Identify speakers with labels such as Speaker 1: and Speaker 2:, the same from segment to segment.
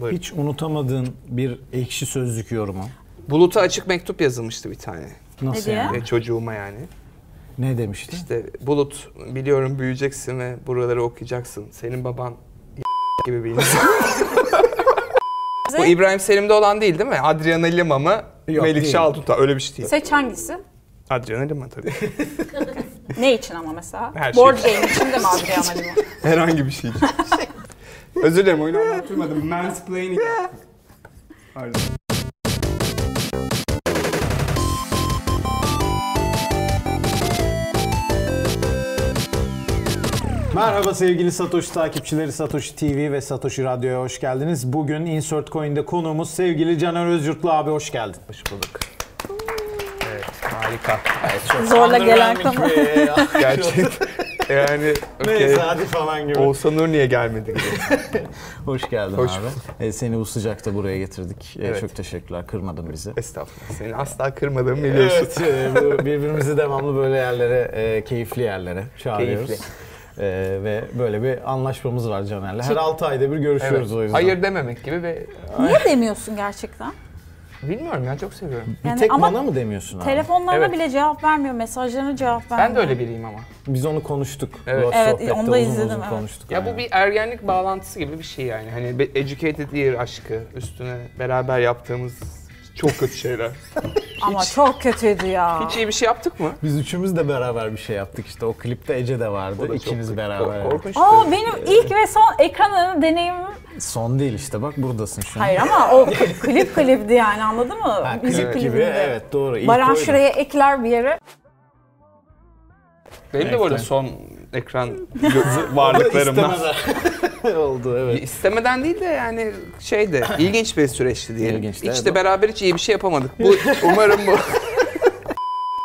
Speaker 1: Buyurun.
Speaker 2: Hiç unutamadığın bir ekşi sözlük yorumu.
Speaker 1: Bulut'a açık mektup yazılmıştı bir tane.
Speaker 2: Nasıl
Speaker 3: Ne diyor?
Speaker 2: yani?
Speaker 1: Ve çocuğuma yani.
Speaker 2: Ne demişti?
Speaker 1: İşte Bulut biliyorum büyüyeceksin ve buraları okuyacaksın. Senin baban gibi bir insan. Bu İbrahim Selim'de olan değil değil mi? Adriana Lima mı?
Speaker 2: Yok,
Speaker 1: Melik
Speaker 2: değil.
Speaker 1: Şahduta öyle bir şey değil.
Speaker 3: Seç hangisi?
Speaker 1: Adriana Lima tabii.
Speaker 3: Ne için ama mesela?
Speaker 1: Her şey.
Speaker 3: Board game için de mi Adriana Lima?
Speaker 1: Herhangi bir şey. için. Özür dilerim oyunu anlattırmadım. Mansplaining. Pardon.
Speaker 2: Merhaba sevgili Satoshi takipçileri, Satoshi TV ve Satoshi Radyo'ya hoş geldiniz. Bugün Insert Coin'de konuğumuz sevgili Caner Özyurtlu abi hoş geldin.
Speaker 1: Hoş bulduk. Evet, harika.
Speaker 3: Zorla gelen konu.
Speaker 1: Gerçekten. yani okey.
Speaker 2: Neyse hadi falan gibi.
Speaker 1: Oğuzhan Uğur niye gelmedi gibi.
Speaker 2: Hoş geldin
Speaker 1: Hoş
Speaker 2: abi.
Speaker 1: bulduk.
Speaker 2: Ee, seni bu sıcakta buraya getirdik. Ee,
Speaker 1: Evet.
Speaker 2: Çok teşekkürler kırmadın bizi.
Speaker 1: Estağfurullah. Seni asla kırmadığımı biliyorsun.
Speaker 2: Evet, e, bu birbirimizi devamlı böyle yerlere, e, keyifli yerlere çağırıyoruz.
Speaker 1: Keyifli.
Speaker 2: E, ve böyle bir anlaşmamız var Caner'le. Her 6 ayda bir görüşüyoruz o yüzden.
Speaker 1: Hayır dememek gibi ve
Speaker 3: Niye demiyorsun gerçekten?
Speaker 1: bilmiyorum ya çok seviyorum.
Speaker 2: Bir
Speaker 3: Yani
Speaker 2: tek
Speaker 3: ama-
Speaker 2: bana mı demiyorsun abi?
Speaker 3: Telefonlarına
Speaker 1: Evet.
Speaker 3: bile cevap vermiyor, mesajlarına cevap vermiyor.
Speaker 1: Ben de öyle biriyim ama.
Speaker 2: Biz onu konuştuk.
Speaker 1: Evet.
Speaker 2: Bu
Speaker 3: Evet,
Speaker 2: sohbette
Speaker 3: onu da
Speaker 2: uzun
Speaker 3: izledim,
Speaker 2: uzun
Speaker 3: evet.
Speaker 2: konuştuk.
Speaker 1: Ya bu
Speaker 2: aynen.
Speaker 1: bir ergenlik bağlantısı gibi bir şey yani. Hani be- educated year aşkı üstüne beraber yaptığımız çok kötü şeyler.
Speaker 3: Ama çok kötüydü ya.
Speaker 1: Hiç iyi bir şey yaptık mı?
Speaker 2: Biz üçümüz de beraber bir şey yaptık işte. O klipte Ece de vardı. İkimiz beraber.
Speaker 1: Korkunç. şey. korkunçtu.
Speaker 3: Aa benim ilk ve son ekran önü deneyimim.
Speaker 2: Son değil işte bak buradasın şu an.
Speaker 3: Hayır ama o kli- klip klipti yani anladın mı?
Speaker 2: Ha,
Speaker 3: Müzik
Speaker 2: klip gibi
Speaker 3: klibinde.
Speaker 2: evet doğru. İlk
Speaker 3: Baran
Speaker 2: oydu.
Speaker 3: şuraya ekler bir yere.
Speaker 1: Benim de bu arada
Speaker 2: Evet.
Speaker 1: son ekran
Speaker 2: Onu da
Speaker 1: varlıklarımdan.
Speaker 2: istemeden oldu evet.
Speaker 1: İstemeden değil de yani şey de ilginç bir süreçti diyelim.
Speaker 2: İlginçti,
Speaker 1: hiç
Speaker 2: evet.
Speaker 1: de beraber hiç iyi bir şey yapamadık. Bu umarım bu.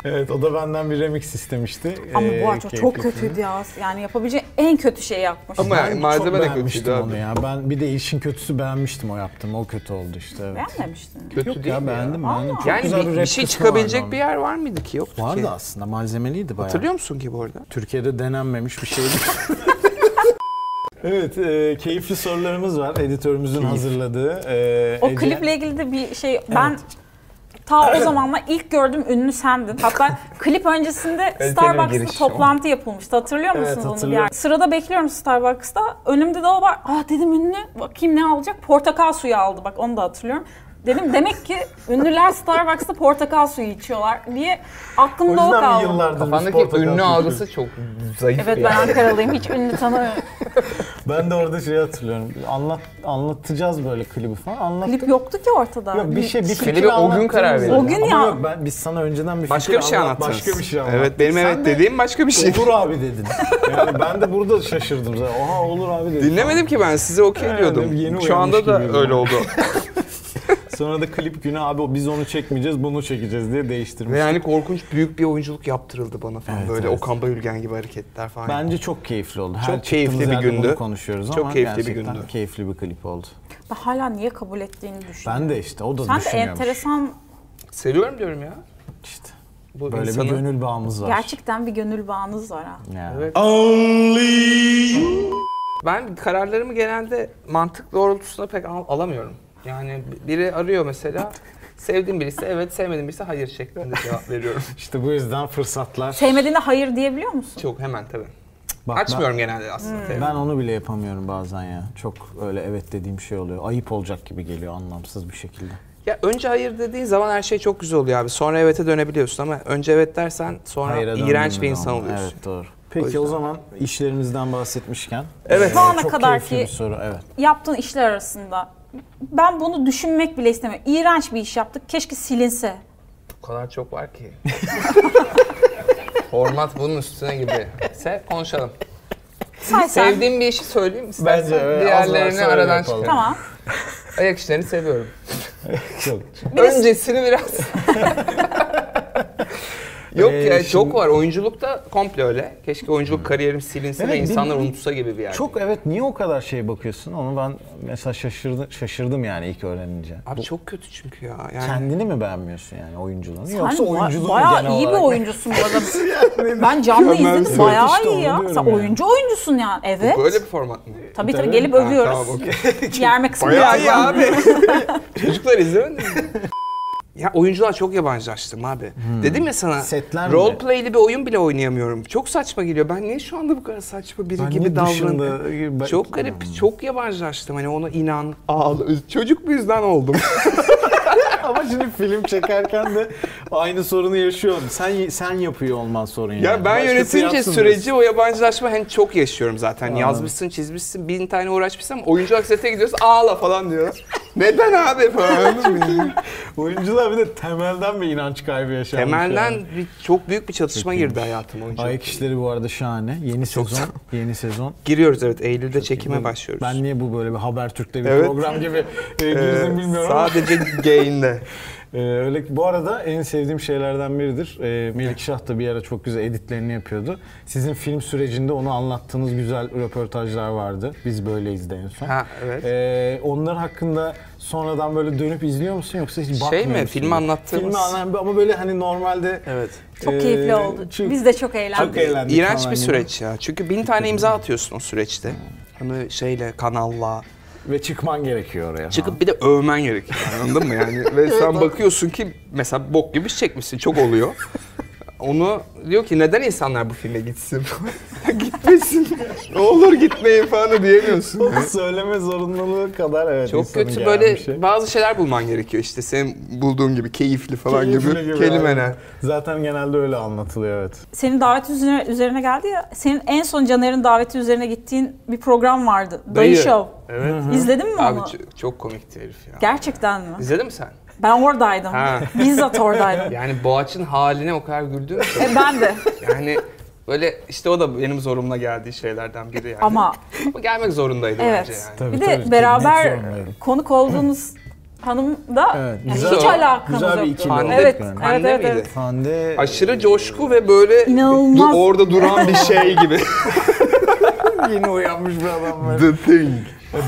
Speaker 2: Evet o da benden bir remix istemişti.
Speaker 3: Ama
Speaker 2: Ee,
Speaker 3: bu arada
Speaker 2: keyifli
Speaker 3: çok
Speaker 2: filmi.
Speaker 3: kötüydü ya. Yani yapabileceğin en kötü şeyi yapmış.
Speaker 1: Ama yani
Speaker 2: Ben
Speaker 1: malzeme
Speaker 2: çok
Speaker 1: de
Speaker 2: beğenmiştim
Speaker 1: kötüydü abi.
Speaker 2: onu ya. Ben bir de işin kötüsü beğenmiştim o yaptım. O kötü oldu işte. Evet.
Speaker 3: Beğenmemiştin.
Speaker 1: Kötü
Speaker 2: Yok
Speaker 1: değil
Speaker 2: ya
Speaker 1: mi
Speaker 2: beğendim.
Speaker 3: Aa.
Speaker 2: beğendim. Çok
Speaker 1: Yani
Speaker 2: güzel
Speaker 1: bir, bir
Speaker 2: rap
Speaker 1: şey
Speaker 2: kısmı
Speaker 1: çıkabilecek
Speaker 2: vardı
Speaker 1: bir
Speaker 2: onun.
Speaker 1: yer var mıydı ki? Yoktu ki.
Speaker 2: Vardı aslında malzemeliydi bayağı.
Speaker 1: Hatırlıyor musun ki bu arada?
Speaker 2: Türkiye'de denenmemiş bir şeydi. evet, e, keyifli sorularımız var. Editörümüzün hazırladığı. e,
Speaker 3: O
Speaker 2: Ece-
Speaker 3: kliple ilgili de bir şey ben ta o zamanla ilk gördüğüm ünlü sendin. Hatta klip
Speaker 1: bir
Speaker 3: öncesinde Starbucks'ta
Speaker 1: giriş
Speaker 3: toplantı yapılmıştı. Hatırlıyor
Speaker 2: Evet,
Speaker 3: musun bunu bir
Speaker 2: hatırlıyorum.
Speaker 3: yer? Sırada bekliyorum Starbucks'ta. Önümde de o var. Ah dedim ünlü. Bakayım ne alacak? Portakal suyu aldı. Bak onu da hatırlıyorum. Dedim demek ki ünlüler Starbucks'ta portakal suyu içiyorlar diye
Speaker 2: O
Speaker 3: aklımda o,
Speaker 2: yüzden mi
Speaker 3: kaldı.
Speaker 2: yıllardır biz
Speaker 1: Kafandaki
Speaker 2: portakal
Speaker 1: ünlü
Speaker 2: suyu
Speaker 1: algısı
Speaker 2: içiyoruz?
Speaker 1: çok zayıf
Speaker 3: Evet ben
Speaker 1: yani.
Speaker 3: Ankaralıyım. Hiç ünlü tanımıyorum.
Speaker 2: Ben de orada şey hatırlıyorum. Anlat, anlatacağız böyle klibi falan. Anlat.
Speaker 3: Klip yoktu ki ortada.
Speaker 2: Yok bir şey, bir fikir
Speaker 1: Klibi o gün karar
Speaker 2: anlattığımız
Speaker 1: verildi.
Speaker 2: öyle.
Speaker 3: O gün
Speaker 2: Ama
Speaker 3: ya.
Speaker 2: yok ben, biz sana önceden bir
Speaker 1: Başka
Speaker 2: fikir
Speaker 1: bir şey
Speaker 2: anlat,
Speaker 1: anlattınız.
Speaker 2: Başka bir şey anlat.
Speaker 1: Evet benim
Speaker 2: Sen
Speaker 1: evet
Speaker 2: de
Speaker 1: dediğim başka bir şey.
Speaker 2: Olur abi dedin. Yani ben de burada şaşırdım zaten. Oha olur abi dedim.
Speaker 1: Dinlemedim ki ben size okey
Speaker 2: Yani
Speaker 1: diyordum.
Speaker 2: yeni
Speaker 1: Şu anda da
Speaker 2: uyanmış gibiyim.
Speaker 1: öyle oldu.
Speaker 2: Sonra da klip günü abi biz onu çekmeyeceğiz bunu çekeceğiz diye değiştirmiş.
Speaker 1: Ve yani korkunç büyük bir oyunculuk yaptırıldı bana falan.
Speaker 2: Evet,
Speaker 1: Böyle
Speaker 2: evet.
Speaker 1: Okan Bayülgen gibi hareketler falan.
Speaker 2: Bence çok keyifli oldu. Her
Speaker 1: Çok keyifli
Speaker 2: çıktığımız
Speaker 1: bir
Speaker 2: yerde
Speaker 1: gündü.
Speaker 2: Bunu konuşuyoruz
Speaker 1: Çok
Speaker 2: ama
Speaker 1: keyifli bir
Speaker 2: gerçekten
Speaker 1: gündü.
Speaker 2: keyifli bir klip oldu.
Speaker 3: Ben hala niye kabul ettiğini düşünüyorum.
Speaker 2: şey- Ben de işte o da
Speaker 3: Sen de
Speaker 2: düşünüyormuş.
Speaker 3: enteresan
Speaker 1: Seviyorum diyorum ya.
Speaker 2: İşte
Speaker 1: Bu
Speaker 2: böyle
Speaker 1: insanı.
Speaker 2: bir gönül bağımız var.
Speaker 3: Gerçekten bir gönül bağınız var ha.
Speaker 2: Ya.
Speaker 1: Evet. Ben kararlarımı genelde mantık doğrultusunda pek al- alamıyorum. Yani biri arıyor mesela. Sevdiğim birisi evet, sevmediğim birisi hayır şeklinde cevap veriyorum.
Speaker 2: İşte bu yüzden fırsatlar.
Speaker 3: Sevmediğinde hayır diyebiliyor musun?
Speaker 1: Çok hemen tabii.
Speaker 2: Bak, ben- Hmm.
Speaker 1: Açmıyorum genelde aslında.
Speaker 2: Ben,
Speaker 1: telefonu.
Speaker 2: onu bile yapamıyorum bazen ya. Çok öyle evet dediğim şey oluyor. Ayıp olacak gibi geliyor anlamsız bir şekilde.
Speaker 1: Ya önce hayır dediğin zaman her şey çok güzel oluyor abi. Sonra evet'e dönebiliyorsun ama önce evet dersen sonra
Speaker 2: Hayra
Speaker 1: iğrenç bir
Speaker 2: döndüğümüz
Speaker 1: insan
Speaker 2: zaman.
Speaker 1: oluyorsun.
Speaker 2: Evet doğru. Peki
Speaker 1: O
Speaker 2: o,
Speaker 1: yüzden.
Speaker 2: zaman işlerimizden bahsetmişken. e,
Speaker 1: Evet.
Speaker 3: Şu ana
Speaker 2: çok
Speaker 3: kadar
Speaker 2: keyifli
Speaker 3: ki-
Speaker 2: bir soru evet.
Speaker 3: Yaptığın işler arasında ben bunu düşünmek bile istemiyorum. İğrenç bir iş yaptık. Keşke silinse.
Speaker 1: O kadar çok var ki. Format bunun üstüne gibi. Sev, konuşalım.
Speaker 3: Say sen.
Speaker 1: Sevdiğim bir işi söyleyeyim istersen.
Speaker 2: Bence, evet, az
Speaker 1: Diğerlerini
Speaker 2: varsa öyle
Speaker 1: aradan
Speaker 2: yapalım.
Speaker 1: çıkar.
Speaker 3: Tamam.
Speaker 1: Ayak işlerini seviyorum.
Speaker 2: Çok.
Speaker 1: Öncesini biraz. Yok
Speaker 4: Ee,
Speaker 1: ya çok
Speaker 4: şimdi-
Speaker 1: var. Oyunculukta komple öyle. Keşke oyunculuk kariyerim silinse
Speaker 2: Evet,
Speaker 1: ve
Speaker 2: Hmm. bir-
Speaker 1: insanlar
Speaker 2: bir-
Speaker 1: unutsa gibi bir yer.
Speaker 2: Çok evet niye o kadar şeye bakıyorsun? Onu ben mesela şaşırdım, şaşırdım yani ilk öğrenince.
Speaker 1: Abi çok kötü çünkü ya. Yani
Speaker 2: Kendini mi beğenmiyorsun yani oyunculuğunu
Speaker 3: Hani
Speaker 2: yoksa
Speaker 3: ba-
Speaker 2: oyunculuğu mu
Speaker 3: bayağı
Speaker 2: genel
Speaker 3: iyi
Speaker 2: olarak?
Speaker 3: bir oyuncusun bu arada. ben canlı
Speaker 4: Ya ben
Speaker 3: izledim
Speaker 4: söyle
Speaker 3: bayağı
Speaker 4: işte
Speaker 3: iyi
Speaker 4: onu
Speaker 3: ya.
Speaker 4: diyorum
Speaker 3: Sen
Speaker 4: yani.
Speaker 3: oyuncu oyuncusun yani. Evet.
Speaker 1: böyle bir format mı?
Speaker 3: Tabii tabii gelip övüyoruz.
Speaker 1: Ha, tamam, okey.
Speaker 3: Yerme
Speaker 1: Ya
Speaker 3: kısmı biraz daha.
Speaker 1: ya abi. Çocuklar izlemedi mi? Ya oyuncular çok yabancılaştım abi. Dedim ya sana
Speaker 2: Hmm. Setler mi?
Speaker 1: role play'li bir oyun bile oynayamıyorum. Çok saçma geliyor. Ben niye şu anda bu kadar saçma biri
Speaker 2: Ben
Speaker 1: gibi
Speaker 2: ne dışında-
Speaker 1: davranıyorum?
Speaker 2: Ben- Hmm.
Speaker 1: Çok garip, çok yabancılaştım. Hani ona inan, ağla. Çocuk bu yüzden oldum.
Speaker 4: Ama şimdi film çekerken de aynı sorunu yaşıyorum. Sen sen yapıyor olman sorun yani.
Speaker 1: Ya ben
Speaker 2: şey
Speaker 4: Başkası
Speaker 1: yönetince
Speaker 4: yapsın
Speaker 1: süreci
Speaker 4: diyorsun.
Speaker 1: o yabancılaşma hani çok yaşıyorum zaten. Yazmışsın, çizmişsin, bin tane uğraşmışsın ama oyuncu aksete gidiyorsun ağla falan diyor. Neden abi falan.
Speaker 4: Oyuncular bir de temelden bir inanç kaybı yaşamış.
Speaker 1: Temelden
Speaker 4: yani.
Speaker 1: bir, çok büyük bir çatışma girdi hayatıma oyuncu.
Speaker 2: Ayak işleri bu arada şahane. Yeni sezon.
Speaker 1: sağ-
Speaker 2: Yeni sezon.
Speaker 1: Giriyoruz evet Eylül'de çekime başlıyoruz.
Speaker 2: Ben niye bu böyle bir Habertürk'te bir
Speaker 1: Evet.
Speaker 2: program gibi e,
Speaker 1: Ee,
Speaker 2: girdim bilmiyorum ama.
Speaker 1: sadece gain'de.
Speaker 2: Ee, öyle bu arada en sevdiğim şeylerden biridir. Ee, Melikşah da bir ara çok güzel editlerini yapıyordu. Sizin film sürecinde onu anlattığınız güzel röportajlar vardı. Biz böyleyiz de en son.
Speaker 1: Ha, evet.
Speaker 2: Ee, onlar hakkında sonradan böyle dönüp izliyor musun yoksa hiç bakmıyor
Speaker 1: Şey mi?
Speaker 2: musun?
Speaker 1: Filmi anlattığımız-
Speaker 2: Filmi anlam- ama böyle hani normalde
Speaker 1: Evet.
Speaker 3: Çok
Speaker 2: Ee,
Speaker 3: keyifli oldu.
Speaker 2: çünkü-
Speaker 3: Biz de çok eğlendik.
Speaker 2: çok eğlendik.
Speaker 1: İğrenç
Speaker 2: falan
Speaker 1: bir
Speaker 2: gibi.
Speaker 1: süreç ya. Çünkü bin tane imza atıyorsun o süreçte. Hani şeyle, kanalla.
Speaker 2: Ve çıkman gerekiyor oraya.
Speaker 1: Çıkıp bir de övmen gerekiyor. Anladın mı yani? Ve sen bakıyorsun ki mesela bok gibi iş çekmişsin. Çok oluyor. Onu diyor ki neden insanlar bu filme gitsin? Gitmesin. ne olur gitmeyin falan diyemiyorsun.
Speaker 2: Çok söyleme zorunluluğu kadar evet.
Speaker 1: Çok
Speaker 2: insanın
Speaker 1: kötü
Speaker 2: gelen
Speaker 1: böyle
Speaker 2: bir şey.
Speaker 1: bazı şeyler bulman gerekiyor işte senin bulduğun gibi keyifli falan
Speaker 2: Keyifli
Speaker 1: gibi,
Speaker 2: gibi,
Speaker 1: kelimeler.
Speaker 2: aynen. Zaten genelde öyle anlatılıyor evet.
Speaker 3: Senin daveti üzerine, üzerine geldi ya. Senin en son Caner'in daveti üzerine gittiğin bir program vardı. Dayı,
Speaker 1: Dayı.
Speaker 3: Show.
Speaker 1: Evet.
Speaker 3: İzledin mi
Speaker 1: Abi
Speaker 3: onu?
Speaker 1: ç- çok komikti herif ya.
Speaker 3: Gerçekten mi?
Speaker 1: İzledin mi sen?
Speaker 3: Ben oradaydım.
Speaker 1: Ha.
Speaker 3: Bizzat oradaydım.
Speaker 1: Yani Boğaç'ın haline o kadar güldüm ki.
Speaker 3: e ben de.
Speaker 1: Yani böyle işte o da benim zorumla geldiği şeylerden biri yani.
Speaker 3: Ama
Speaker 1: Ama gelmek zorundaydı bence
Speaker 3: evet.
Speaker 1: yani.
Speaker 2: Tabii,
Speaker 3: bir de
Speaker 2: tabii,
Speaker 3: beraber
Speaker 2: kesinlikle zorundayım.
Speaker 3: konuk olduğunuz hanım da
Speaker 2: Evet,
Speaker 3: yani
Speaker 2: güzel-
Speaker 3: hiç
Speaker 1: güzel
Speaker 3: alakamız
Speaker 2: bir
Speaker 3: yoktu.
Speaker 2: ikili oldu
Speaker 3: evet,
Speaker 2: yani.
Speaker 3: evet,
Speaker 1: Anne
Speaker 3: evet,
Speaker 1: miydi?
Speaker 3: evet.
Speaker 2: Hande
Speaker 1: Aşırı coşku ve böyle
Speaker 3: İnanılmaz.
Speaker 1: du- orada duran bir şey gibi.
Speaker 2: yeni uyanmış bir adam var.
Speaker 1: The thing.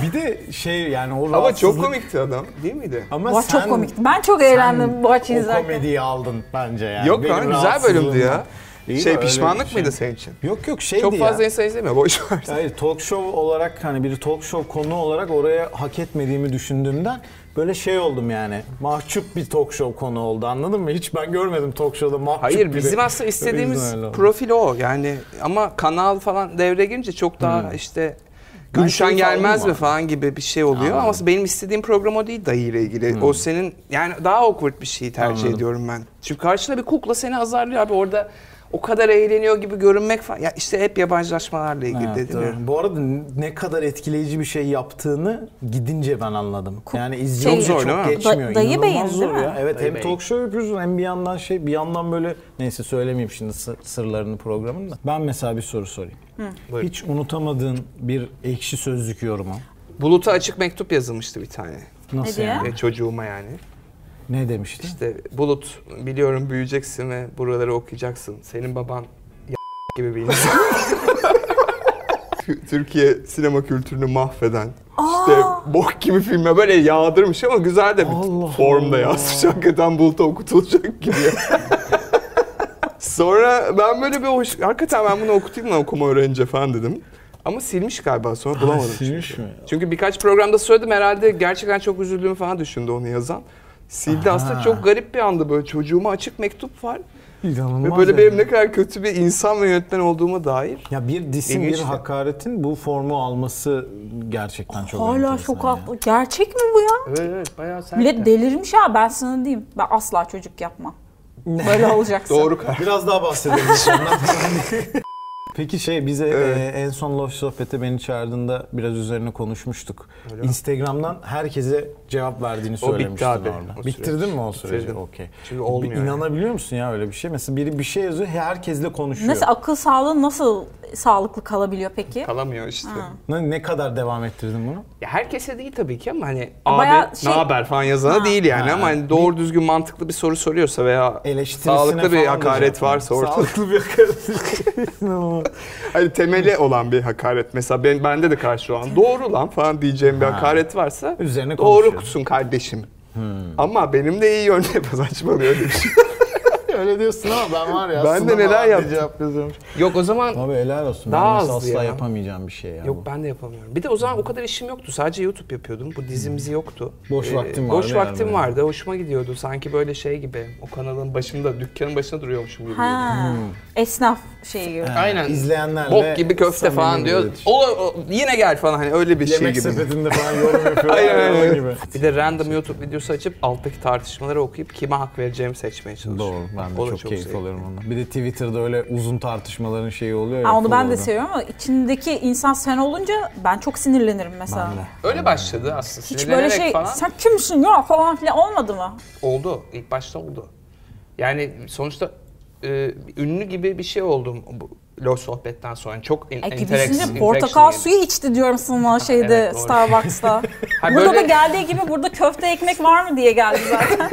Speaker 2: bir de şey yani o
Speaker 1: Ama çok
Speaker 2: rahatsızlık-
Speaker 1: komikti adam değil miydi?
Speaker 2: Ama
Speaker 3: Boğaç çok komikti. Ben çok eğlendim Boğaç'ı
Speaker 2: O
Speaker 3: izlerken.
Speaker 2: komediyi aldın bence yani.
Speaker 1: Yok
Speaker 2: Benim
Speaker 1: lan güzel bölümdü ya.
Speaker 2: İyi de
Speaker 1: şey
Speaker 2: öyle bir
Speaker 1: pişmanlık
Speaker 2: şey.
Speaker 1: mıydı senin için?
Speaker 2: Yok yok şeydi
Speaker 1: Çok fazla
Speaker 2: ya.
Speaker 1: insan izlemiyor boş ver.
Speaker 2: Hayır talk show olarak hani bir talk show konu olarak oraya hak etmediğimi düşündüğümden böyle şey oldum yani. Mahcup bir talk show konu oldu anladın mı? Hiç ben görmedim talk show'da mahcup
Speaker 1: Hayır
Speaker 2: biri.
Speaker 1: bizim
Speaker 2: O
Speaker 1: aslında
Speaker 2: yüzden
Speaker 1: istediğimiz
Speaker 2: öyle oldu.
Speaker 1: profil o yani ama kanal falan devre girince çok daha işte
Speaker 2: Hmm. Ben şey
Speaker 1: Gülşen
Speaker 2: keyif
Speaker 1: gelmez
Speaker 2: aldım
Speaker 1: mi falan gibi bir şey oluyor ama benim istediğim program o değil dayıyla ilgili.
Speaker 2: Hmm.
Speaker 1: O senin yani daha awkward bir şeyi tercih ediyorum ben. Çünkü karşına bir kukla seni azarlıyor abi orada o kadar eğleniyor gibi görünmek falan. Ya işte hep yabancılaşmalarla ilgili
Speaker 2: Evet,
Speaker 1: dedim.
Speaker 2: doğru.
Speaker 1: ya.
Speaker 2: Bu arada ne kadar etkileyici bir şey yaptığını gidince ben anladım. Yani
Speaker 3: Şey-
Speaker 2: izleyince
Speaker 1: Çok
Speaker 2: çok,
Speaker 1: zor değil mi?
Speaker 2: geçmiyor.
Speaker 3: Da- dayı
Speaker 2: İnanılmaz
Speaker 3: beyin
Speaker 2: zor
Speaker 3: değil mi?
Speaker 2: ya. Evet
Speaker 1: Dayı
Speaker 2: hem
Speaker 1: beyin.
Speaker 2: talk show yapıyorsun hem bir yandan şey bir yandan böyle neyse söylemeyeyim şimdi sı- sırlarını programın da. Ben mesela bir soru sorayım.
Speaker 1: Buyurun.
Speaker 2: Hiç unutamadığın bir ekşi sözlük yorumu.
Speaker 1: Bulut'a açık mektup yazılmıştı bir tane.
Speaker 2: Nasıl
Speaker 3: diyor?
Speaker 2: yani?
Speaker 1: E, çocuğuma yani.
Speaker 2: Ne demiştin?
Speaker 1: İşte Bulut biliyorum büyüyeceksin ve buraları okuyacaksın. Senin baban y- gibi bir insan. Tü- Türkiye sinema kültürünü mahveden işte bok gibi filme böyle yağdırmış ama güzel de bir
Speaker 2: Allah
Speaker 1: formda
Speaker 2: Allah.
Speaker 1: yazmış. Hakikaten Bulut'a okutulacak gibi. Sonra ben böyle bir hoş... Hakikaten ben bunu okutayım lan okuma öğrenince falan dedim. Ama silmiş galiba sonra bulamadım.
Speaker 2: Silmiş mi?
Speaker 1: Çünkü birkaç programda söyledim herhalde gerçekten çok üzüldüğümü falan düşündü onu yazan. Sildi
Speaker 2: Aha.
Speaker 1: aslında çok garip bir anda böyle çocuğuma açık mektup var.
Speaker 2: İnanılmaz.
Speaker 1: ve böyle
Speaker 2: yani.
Speaker 1: benim ne kadar kötü bir insan ve yönetmen olduğuma dair.
Speaker 2: Ya bir disin bir
Speaker 1: İlginç de.
Speaker 2: hakaretin bu formu alması gerçekten çok
Speaker 3: Hala
Speaker 2: enteresan
Speaker 3: şok
Speaker 2: ya.
Speaker 3: haklı. Gerçek mi bu ya?
Speaker 1: Evet evet bayağı sert.
Speaker 3: Millet delirmiş ha ben sana diyeyim. Ben asla çocuk yapmam. Böyle olacaksın.
Speaker 1: Doğru karar.
Speaker 2: Biraz daha bahsedelim sonra. Peki şey bize
Speaker 1: Evet.
Speaker 2: e, en son Loş Sohbet'e beni çağırdığında biraz üzerine konuşmuştuk. Instagram'dan herkese cevap verdiğini
Speaker 1: O bitti
Speaker 2: söylemiştin
Speaker 1: abi,
Speaker 2: orada.
Speaker 1: o
Speaker 2: Bitirdin
Speaker 1: süreç.
Speaker 2: mi o süreci?
Speaker 1: Bitirdim.
Speaker 2: Okey.
Speaker 1: Çünkü olmuyor
Speaker 2: Bir İnanabiliyor musun ya öyle bir şey? Mesela biri bir şey yazıyor herkesle konuşuyor.
Speaker 3: Nasıl akıl sağlığı nasıl sağlıklı kalabiliyor peki?
Speaker 1: Kalamıyor işte.
Speaker 2: Ne, ne kadar devam ettirdin bunu?
Speaker 1: Ya herkese değil tabii ki ama hani
Speaker 3: Bayağı
Speaker 1: abi
Speaker 3: şey-
Speaker 1: ne haber falan yazana
Speaker 3: Ha.
Speaker 1: değil yani ama hani doğru düzgün mantıklı bir soru soruyorsa veya
Speaker 2: Eleştirisine
Speaker 1: sağlıklı
Speaker 2: falan
Speaker 1: bir
Speaker 2: da
Speaker 1: hakaret
Speaker 2: cevap ver.
Speaker 1: varsa ortada.
Speaker 2: Sağlıklı bir hakaret. İnanılmaz.
Speaker 1: Hani temeli olan bir hakaret mesela ben bende de karşı olan doğru lan falan diyeceğim bir hakaret varsa
Speaker 2: Üzerine Hmm.
Speaker 1: doğrusun kardeşim. Ama benim de iyi yönde saçmalıyor öyle bir şey.
Speaker 2: Öyle diyorsun ama ben var ya.
Speaker 1: Ben de
Speaker 2: aslında
Speaker 1: neler
Speaker 2: falan diye
Speaker 1: yaptım?
Speaker 2: Cevap yazıyorum.
Speaker 1: Yok o zaman
Speaker 2: Abi helal olsun.
Speaker 1: Daha
Speaker 2: ben mesela
Speaker 1: azdı
Speaker 2: asla
Speaker 1: ya.
Speaker 2: yapamayacağım bir şey ya.
Speaker 1: Yok ben de yapamıyorum. Bir de o zaman o kadar işim yoktu. Sadece YouTube yapıyordum. Bu dizimizi yoktu. Ee,
Speaker 2: Boş vaktim vardı
Speaker 1: Boş
Speaker 2: yani
Speaker 1: vaktim
Speaker 2: böyle.
Speaker 1: vardı. Hoşuma gidiyordu. Sanki böyle şey gibi. O kanalın başında, dükkanın başında duruyormuşum gibi.
Speaker 3: Ha.
Speaker 2: Hmm.
Speaker 3: Esnaf şeyi gibi.
Speaker 1: geliyordu. Aynen.
Speaker 2: İzleyenlerle
Speaker 1: Bok gibi köfte
Speaker 2: samimi
Speaker 1: falan diyor.
Speaker 2: iletişim.
Speaker 1: O, o- yine gel falan hani öyle bir
Speaker 2: Yemek
Speaker 1: şey gibi.
Speaker 2: sepetinde falan yorum yapıyorlar.
Speaker 1: Aynen,
Speaker 2: ya,
Speaker 1: aynen.
Speaker 2: onun gibi.
Speaker 1: Bir de random YouTube videosu açıp alttaki tartışmaları okuyup kime hak vereceğimi seçmeye çalışıyorum.
Speaker 2: Doğru. Ben de
Speaker 1: O da
Speaker 2: çok, keyif
Speaker 1: zevkli.
Speaker 2: alıyorum ondan. Bir de Twitter'da öyle uzun tartışmaların şeyi oluyor ya.
Speaker 3: Ha, onu ben de
Speaker 2: follow'da.
Speaker 3: seviyorum ama içindeki insan sen olunca ben çok sinirlenirim mesela.
Speaker 2: Ben de.
Speaker 1: Öyle başladı aslında.
Speaker 3: Hiç böyle şey
Speaker 1: falan.
Speaker 3: sen kimsin ya falan filan olmadı mı?
Speaker 1: Oldu. İlk başta oldu. Yani sonuçta e, ünlü gibi bir şey oldum bu Los sohbetten sonra. Çok in,
Speaker 3: E
Speaker 1: interaks-
Speaker 3: gidişince
Speaker 1: interaction
Speaker 3: portakal
Speaker 1: yedim.
Speaker 3: suyu içti diyorum sana şeyde
Speaker 1: evet, doğru.
Speaker 3: Starbucks'ta.
Speaker 1: Ha,
Speaker 3: burada
Speaker 1: böyle-
Speaker 3: da geldiği gibi burada köfte ekmek var mı diye geldi zaten.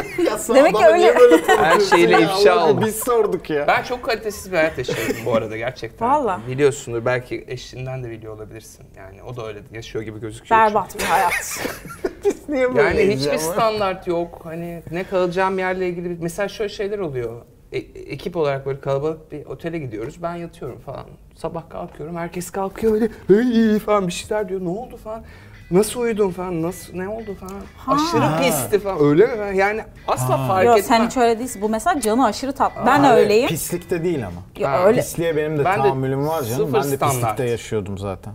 Speaker 3: Demek ki
Speaker 2: Adama niye
Speaker 3: öyle.
Speaker 2: böyle tanıtıyorsun
Speaker 1: Her şeyle
Speaker 2: ya?
Speaker 1: ifşa
Speaker 2: Allah'ım,
Speaker 1: oldu.
Speaker 2: Biz sorduk ya.
Speaker 1: Ben çok kalitesiz bir hayat yaşadım bu arada gerçekten.
Speaker 3: Valla.
Speaker 1: Biliyorsundur belki eşinden de biliyor olabilirsin. Yani o da öyle yaşıyor gibi gözüküyor.
Speaker 3: Berbat bir hayat.
Speaker 2: Niye böyle
Speaker 1: Yani hiçbir
Speaker 2: diyeceğim?
Speaker 1: standart yok. Hani ne kalacağım yerle ilgili bir... Mesela şöyle şeyler oluyor. E- ekip olarak böyle kalabalık bir otele gidiyoruz. Ben yatıyorum falan. Sabah kalkıyorum. Herkes kalkıyor öyle "Ey" falan bir şeyler diyor. Ne oldu falan. Nasıl uyudun falan. Nasıl ne oldu falan. Aşırı pisti falan. Öyle mi? Ben- Yani asla fark
Speaker 3: Yok
Speaker 1: etmem.
Speaker 3: sen hiç öyle değilsin. Bu mesela canı aşırı tatlı. ben
Speaker 2: Abi,
Speaker 3: öyleyim.
Speaker 2: Pislik de değil ama.
Speaker 3: Ya
Speaker 1: Ha,
Speaker 3: öyle.
Speaker 2: Pisliğe benim de
Speaker 1: Ben de
Speaker 2: tahammülüm var canım.
Speaker 1: sıfır
Speaker 2: Ben de
Speaker 1: standart.
Speaker 2: pislikte yaşıyordum zaten.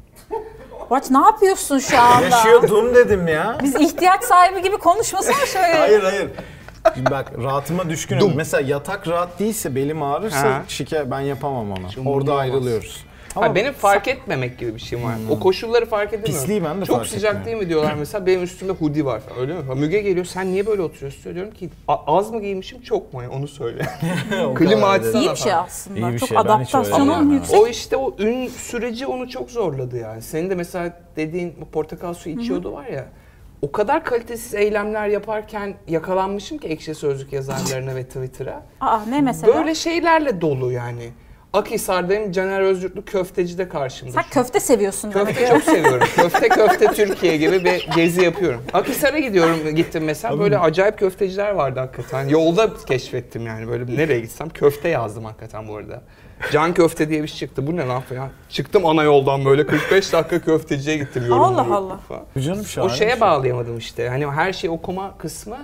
Speaker 3: Baç ne yapıyorsun şu anda?
Speaker 2: Yaşıyordum dedim ya.
Speaker 3: Biz ihtiyaç sahibi gibi konuşmasana şöyle.
Speaker 2: Hayır hayır. Şimdi Bak rahatıma düşkünüm. Mesela yatak rahat değilse, belim ağrırsa
Speaker 1: Ha.
Speaker 2: şike ben yapamam ona.
Speaker 1: Hiç umurumda
Speaker 2: Orada
Speaker 1: olmaz.
Speaker 2: ayrılıyoruz.
Speaker 1: Ha, benim fark etmemek gibi bir şeyim var. O koşulları fark edemiyorum.
Speaker 2: Hmm. Pisliği ben de
Speaker 1: Çok
Speaker 2: fark
Speaker 1: sıcak
Speaker 2: etmiyorum.
Speaker 1: değil mi diyorlar mesela benim üstümde hoodie var falan öyle mi? Müge geliyor sen niye böyle oturuyorsun diyorum ki "A- az mı giymişim çok mu Hani onu söyle. Klima
Speaker 2: kadar dedi.
Speaker 1: açsana
Speaker 3: İyi bir
Speaker 1: falan.
Speaker 3: şey aslında.
Speaker 2: İyi bir
Speaker 3: Çok
Speaker 2: şey, ben hiç öyle
Speaker 3: adaptasyonun
Speaker 2: yapmam.
Speaker 3: yüksek.
Speaker 1: O işte o ün süreci onu çok zorladı yani. Senin de mesela dediğin bu portakal suyu içiyordu var ya. O kadar kalitesiz eylemler yaparken yakalanmışım ki ekşi sözlük yazarlarına ve Twitter'a.
Speaker 3: Aa ne mesela?
Speaker 1: Böyle şeylerle dolu yani. Akhisar'dayım Caner Özgürtlü köftecide karşımda.
Speaker 3: Sen
Speaker 1: şu an.
Speaker 3: köfte seviyorsun demek.
Speaker 1: Köfte çok seviyorum. Köfte köfte Türkiye gibi bir gezi yapıyorum. Akhisar'a gidiyorum gittim mesela böyle acayip köfteciler vardı hakikaten. Yolda keşfettim yani böyle nereye gitsem köfte yazdım hakikaten bu arada. Can köfte diye bir şey çıktı. Bu ne lan falan. Çıktım ana yoldan böyle 45 dakika köfteciye gittim. yorumlu
Speaker 3: Allah
Speaker 1: yokum
Speaker 3: Allah.
Speaker 1: falan.
Speaker 2: Bu Canım şahane
Speaker 1: O
Speaker 2: bir
Speaker 1: şeye
Speaker 2: şey.
Speaker 1: bağlayamadım işte. Hani her şey okuma kısmı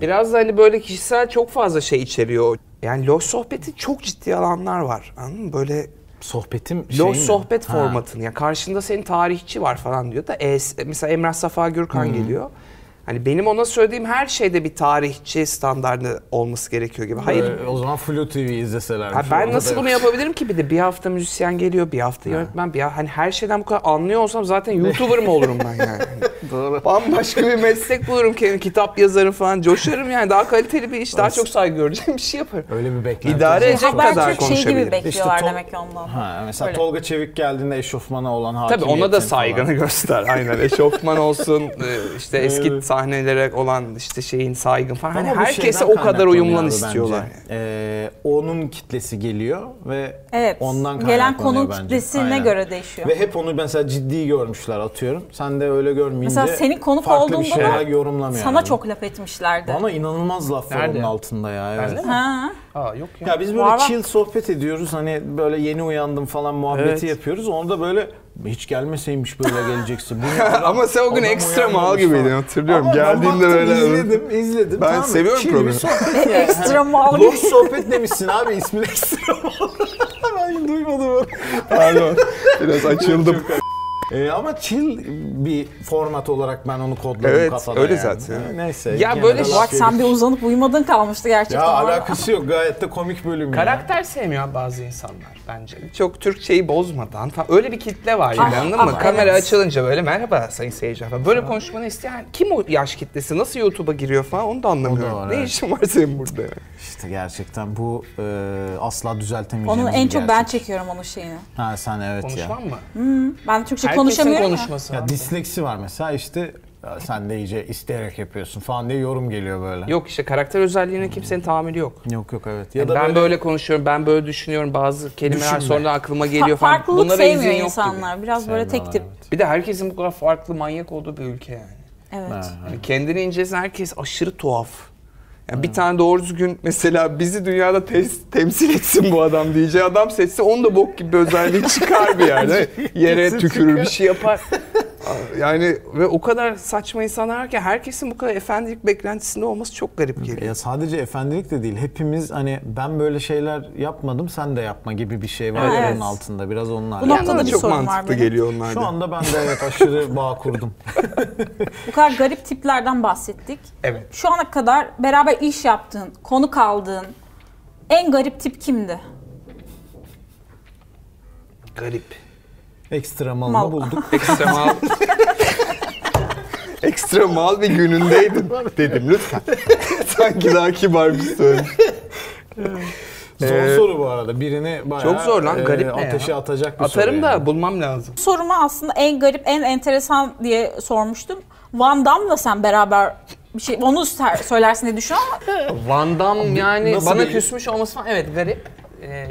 Speaker 1: biraz da hani böyle kişisel çok fazla şey içeriyor. Yani loş sohbeti çok ciddi alanlar var. Anladın mı? Böyle
Speaker 2: Sohbetim şey
Speaker 1: Loş
Speaker 2: mi?
Speaker 1: sohbet
Speaker 2: Ha.
Speaker 1: formatını. Ya karşında senin tarihçi var falan diyor da ES mesela Emrah Safa Gürkan geliyor. Hani benim ona söylediğim her şeyde bir tarihçi standardı olması gerekiyor gibi. Hayır.
Speaker 2: Ee, o zaman Flu TV izleseler.
Speaker 1: Ha, ben nasıl bunu yapabilirim ki bir de bir hafta müzisyen geliyor, bir hafta yönetmen, bir ha- hani her şeyden bu kadar anlıyor olsam zaten YouTuber mı olurum ben yani? Hani
Speaker 2: Doğru.
Speaker 1: Bambaşka bir meslek bulurum kendim, kitap yazarım falan, coşarım yani daha kaliteli bir iş, daha çok saygı göreceğim bir şey yaparım.
Speaker 2: Öyle bir beklenti.
Speaker 1: İdare
Speaker 2: olacak.
Speaker 1: edecek kadar
Speaker 3: Haberci şey gibi
Speaker 1: konuşabilirim.
Speaker 3: bekliyorlar
Speaker 2: İşte to-
Speaker 3: demek ki ondan.
Speaker 2: Ha, mesela
Speaker 3: Öyle.
Speaker 2: Tolga Çevik geldiğinde eşofmana olan
Speaker 1: Tabii
Speaker 2: hakimiyetin
Speaker 1: ona da
Speaker 2: falan.
Speaker 1: saygını göster. Aynen eşofman olsun, e, işte eski
Speaker 2: Evet.
Speaker 1: sahnelere olan işte şeyin saygın falan. Hani
Speaker 2: Ama bu
Speaker 1: herkese
Speaker 2: şeyden
Speaker 1: o kadar
Speaker 2: kaynaklanıyor
Speaker 1: uyumlan
Speaker 2: abi
Speaker 1: istiyorlar.
Speaker 2: bence. Ee, onun kitlesi geliyor ve
Speaker 3: Evet.
Speaker 2: ondan
Speaker 3: Gelen
Speaker 2: kaynaklanıyor
Speaker 3: konunun
Speaker 2: bence.
Speaker 3: kitlesine
Speaker 2: Aynen.
Speaker 3: göre değişiyor.
Speaker 2: Ve hep onu mesela ciddi görmüşler atıyorum. Sen de öyle görmeyince
Speaker 3: Mesela senin konuk
Speaker 2: farklı
Speaker 3: olduğunda
Speaker 2: bir şeyler
Speaker 3: da
Speaker 2: yorumlamıyor.
Speaker 3: Sana
Speaker 2: yani.
Speaker 3: çok laf etmişlerdi.
Speaker 2: Bana inanılmaz laflar
Speaker 1: Nerede?
Speaker 2: onun altında ya. Evet.
Speaker 1: Bende mi?
Speaker 3: Ha.
Speaker 1: Aa yok ya.
Speaker 2: Ya biz böyle
Speaker 3: Var var.
Speaker 2: chill sohbet ediyoruz. Hani böyle yeni uyandım falan muhabbeti
Speaker 1: Evet.
Speaker 2: yapıyoruz. Onu da böyle hiç gelmeseymiş böyle geleceksin. Bu ne lan?
Speaker 1: Ama sen o gün
Speaker 2: Adam
Speaker 1: ekstra mal
Speaker 2: uyanmamış
Speaker 1: gibiydin
Speaker 2: falan.
Speaker 1: hatırlıyorum.
Speaker 2: Ama ben
Speaker 1: Geldiğinde
Speaker 2: baktım,
Speaker 1: böyle
Speaker 2: izledim, izledim.
Speaker 1: Ben
Speaker 2: mı?
Speaker 1: seviyorum
Speaker 2: Chill
Speaker 1: programı.
Speaker 2: bir sohbet yani.
Speaker 3: Ekstra mal.
Speaker 2: Loş sohbet demişsin abi ismini ekstra mal. ben duymadım onu.
Speaker 1: pardon biraz açıldım.
Speaker 2: Ee, ama chill bir format olarak ben onu kodladım
Speaker 1: Evet,
Speaker 2: kafada
Speaker 1: öyle
Speaker 2: yani.
Speaker 1: zaten.
Speaker 2: Ha, Neyse.
Speaker 1: Ya
Speaker 2: gene
Speaker 1: böyle
Speaker 2: de
Speaker 1: şey-
Speaker 2: laf
Speaker 3: Bak sen bir
Speaker 2: yedik.
Speaker 3: uzanıp uyumadın kalmıştı gerçekten.
Speaker 2: Ya
Speaker 3: orada.
Speaker 2: alakası yok gayet de komik bölüm ya.
Speaker 1: Karakter sevmiyor bazı insanlar bence. Çok Türkçeyi bozmadan tam öyle bir kitle var yani
Speaker 3: Ah,
Speaker 1: anladın
Speaker 3: ah,
Speaker 1: mı? Kamera
Speaker 3: evet.
Speaker 1: açılınca böyle merhaba sayın seyirciler falan. Böyle konuşmanı isteyen kim o yaş kitlesi nasıl YouTube'a giriyor falan onu da anlamıyorum.
Speaker 2: var,
Speaker 1: ne
Speaker 2: evet.
Speaker 1: işin var senin burada?
Speaker 2: İşte gerçekten bu e, asla düzeltemeyeceğimiz
Speaker 3: Onun en
Speaker 2: bir
Speaker 3: çok ben
Speaker 2: gerçek.
Speaker 3: çekiyorum onun şeyini.
Speaker 2: Ha sen evet ya.
Speaker 1: Konuşmam mı?
Speaker 3: Ben Türkçe
Speaker 1: Herkesin
Speaker 3: konuşamıyorum ya.
Speaker 1: konuşması.
Speaker 2: Ya
Speaker 1: var.
Speaker 2: disleksi var mesela işte "Ya sen de iyice isteyerek yapıyorsun falan diye yorum geliyor böyle.
Speaker 1: Yok işte karakter özelliğine kimsenin tahammülü yok.
Speaker 2: yok, yok, evet.
Speaker 1: Yani ben böyle... konuşuyorum, ben böyle düşünüyorum. Bazı kelimeler
Speaker 2: Düşünme.
Speaker 1: sonra aklıma
Speaker 3: Fa-
Speaker 1: geliyor falan.
Speaker 3: farklılık
Speaker 1: Bunlara izin
Speaker 3: sevmiyor
Speaker 1: yok
Speaker 3: insanlar. Biraz böyle tek tip.
Speaker 2: Sevmiyorlar,
Speaker 1: gibi. Bir de herkesin bu kadar farklı manyak olduğu bir ülke yani.
Speaker 3: Evet.
Speaker 1: Yani kendini inceleyen herkes aşırı tuhaf. Yani bir tane doğru düzgün mesela bizi dünyada tes- temsil etsin bu adam diyeceği adam seçse onu da bok gibi bir özelliği çıkar bir yerde. Yere tükürür bir şey yapar. Yani ve o kadar saçma insanlar ki herkesin bu kadar efendilik beklentisinde olması çok garip geliyor.
Speaker 2: Ya sadece efendilik de değil. Hepimiz hani ben böyle şeyler yapmadım sen de yapma gibi bir şey var
Speaker 3: Ha,
Speaker 2: ya
Speaker 3: evet.
Speaker 2: onun altında. Biraz onunla.
Speaker 3: Bu
Speaker 1: Bir
Speaker 2: alakalı.
Speaker 1: yandan
Speaker 3: noktada
Speaker 1: da
Speaker 3: bir
Speaker 1: çok
Speaker 3: sorun var
Speaker 1: mantıklı
Speaker 3: benim.
Speaker 1: geliyor onlar
Speaker 2: Şu
Speaker 1: da.
Speaker 2: anda ben de evet aşırı bağ kurdum.
Speaker 3: Bu kadar garip tiplerden bahsettik.
Speaker 1: Evet.
Speaker 3: Şu ana kadar beraber iş yaptığın, konuk aldığın en garip tip kimdi?
Speaker 1: Garip.
Speaker 2: Ekstra malını
Speaker 3: Mal.
Speaker 2: bulduk.
Speaker 1: Ekstra mal. Ekstra mal bir günündeydin dedim lütfen. Sanki daha kibar bir söz.
Speaker 2: Zor
Speaker 1: Ee,
Speaker 2: soru bu arada. Birini bayağı
Speaker 1: Çok zor lan, garip ne ya?
Speaker 2: ateşe atacak bir soru.
Speaker 1: Atarım da
Speaker 2: yani.
Speaker 1: bulmam lazım.
Speaker 3: Bu soruma aslında en garip, en enteresan diye sormuştum. Van Damme'la sen beraber bir şey, onu ser- söylersin diye düşünüyorum ama
Speaker 1: Van Damme yani
Speaker 2: nasıl
Speaker 1: bana
Speaker 2: bir-
Speaker 1: küsmüş olması falan evet garip. Ee,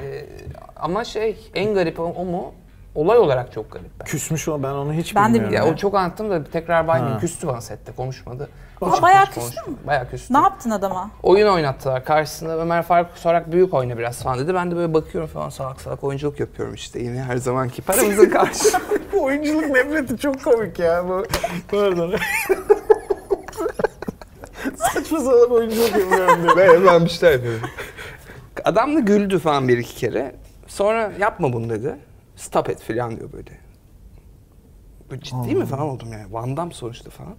Speaker 1: ama şey en garip o, o mu? Olay olarak çok garip. ben.
Speaker 2: Küsmüş o ben onu hiç
Speaker 3: Ben de
Speaker 2: bilmiyorum.
Speaker 3: bilmiyorum.
Speaker 1: Ya o çok anlattım da tekrar baymıyor. Küstü bana sette konuşmadı. Konuşmuş,
Speaker 3: bayağı küstü
Speaker 1: konuşmuş. Bayağı küstü.
Speaker 3: ne yaptın adama?
Speaker 1: Oyun oynattılar karşısında Ömer Faruk Sorak büyük oyna biraz falan dedi. Ben de böyle bakıyorum falan salak salak oyunculuk yapıyorum işte yine her zamanki paramızın karşı.
Speaker 2: Bu oyunculuk nefreti çok komik ya bu. Pardon. Saçma salak oyunculuk yapıyorum diyor.
Speaker 1: ben, ben bir şeyler yapıyorum. Adam da güldü falan bir iki kere. Sonra yapma bunu dedi. Stop et falan diyor böyle. Bu ciddi mi falan oldum yani. Van Damme sonuçta falan.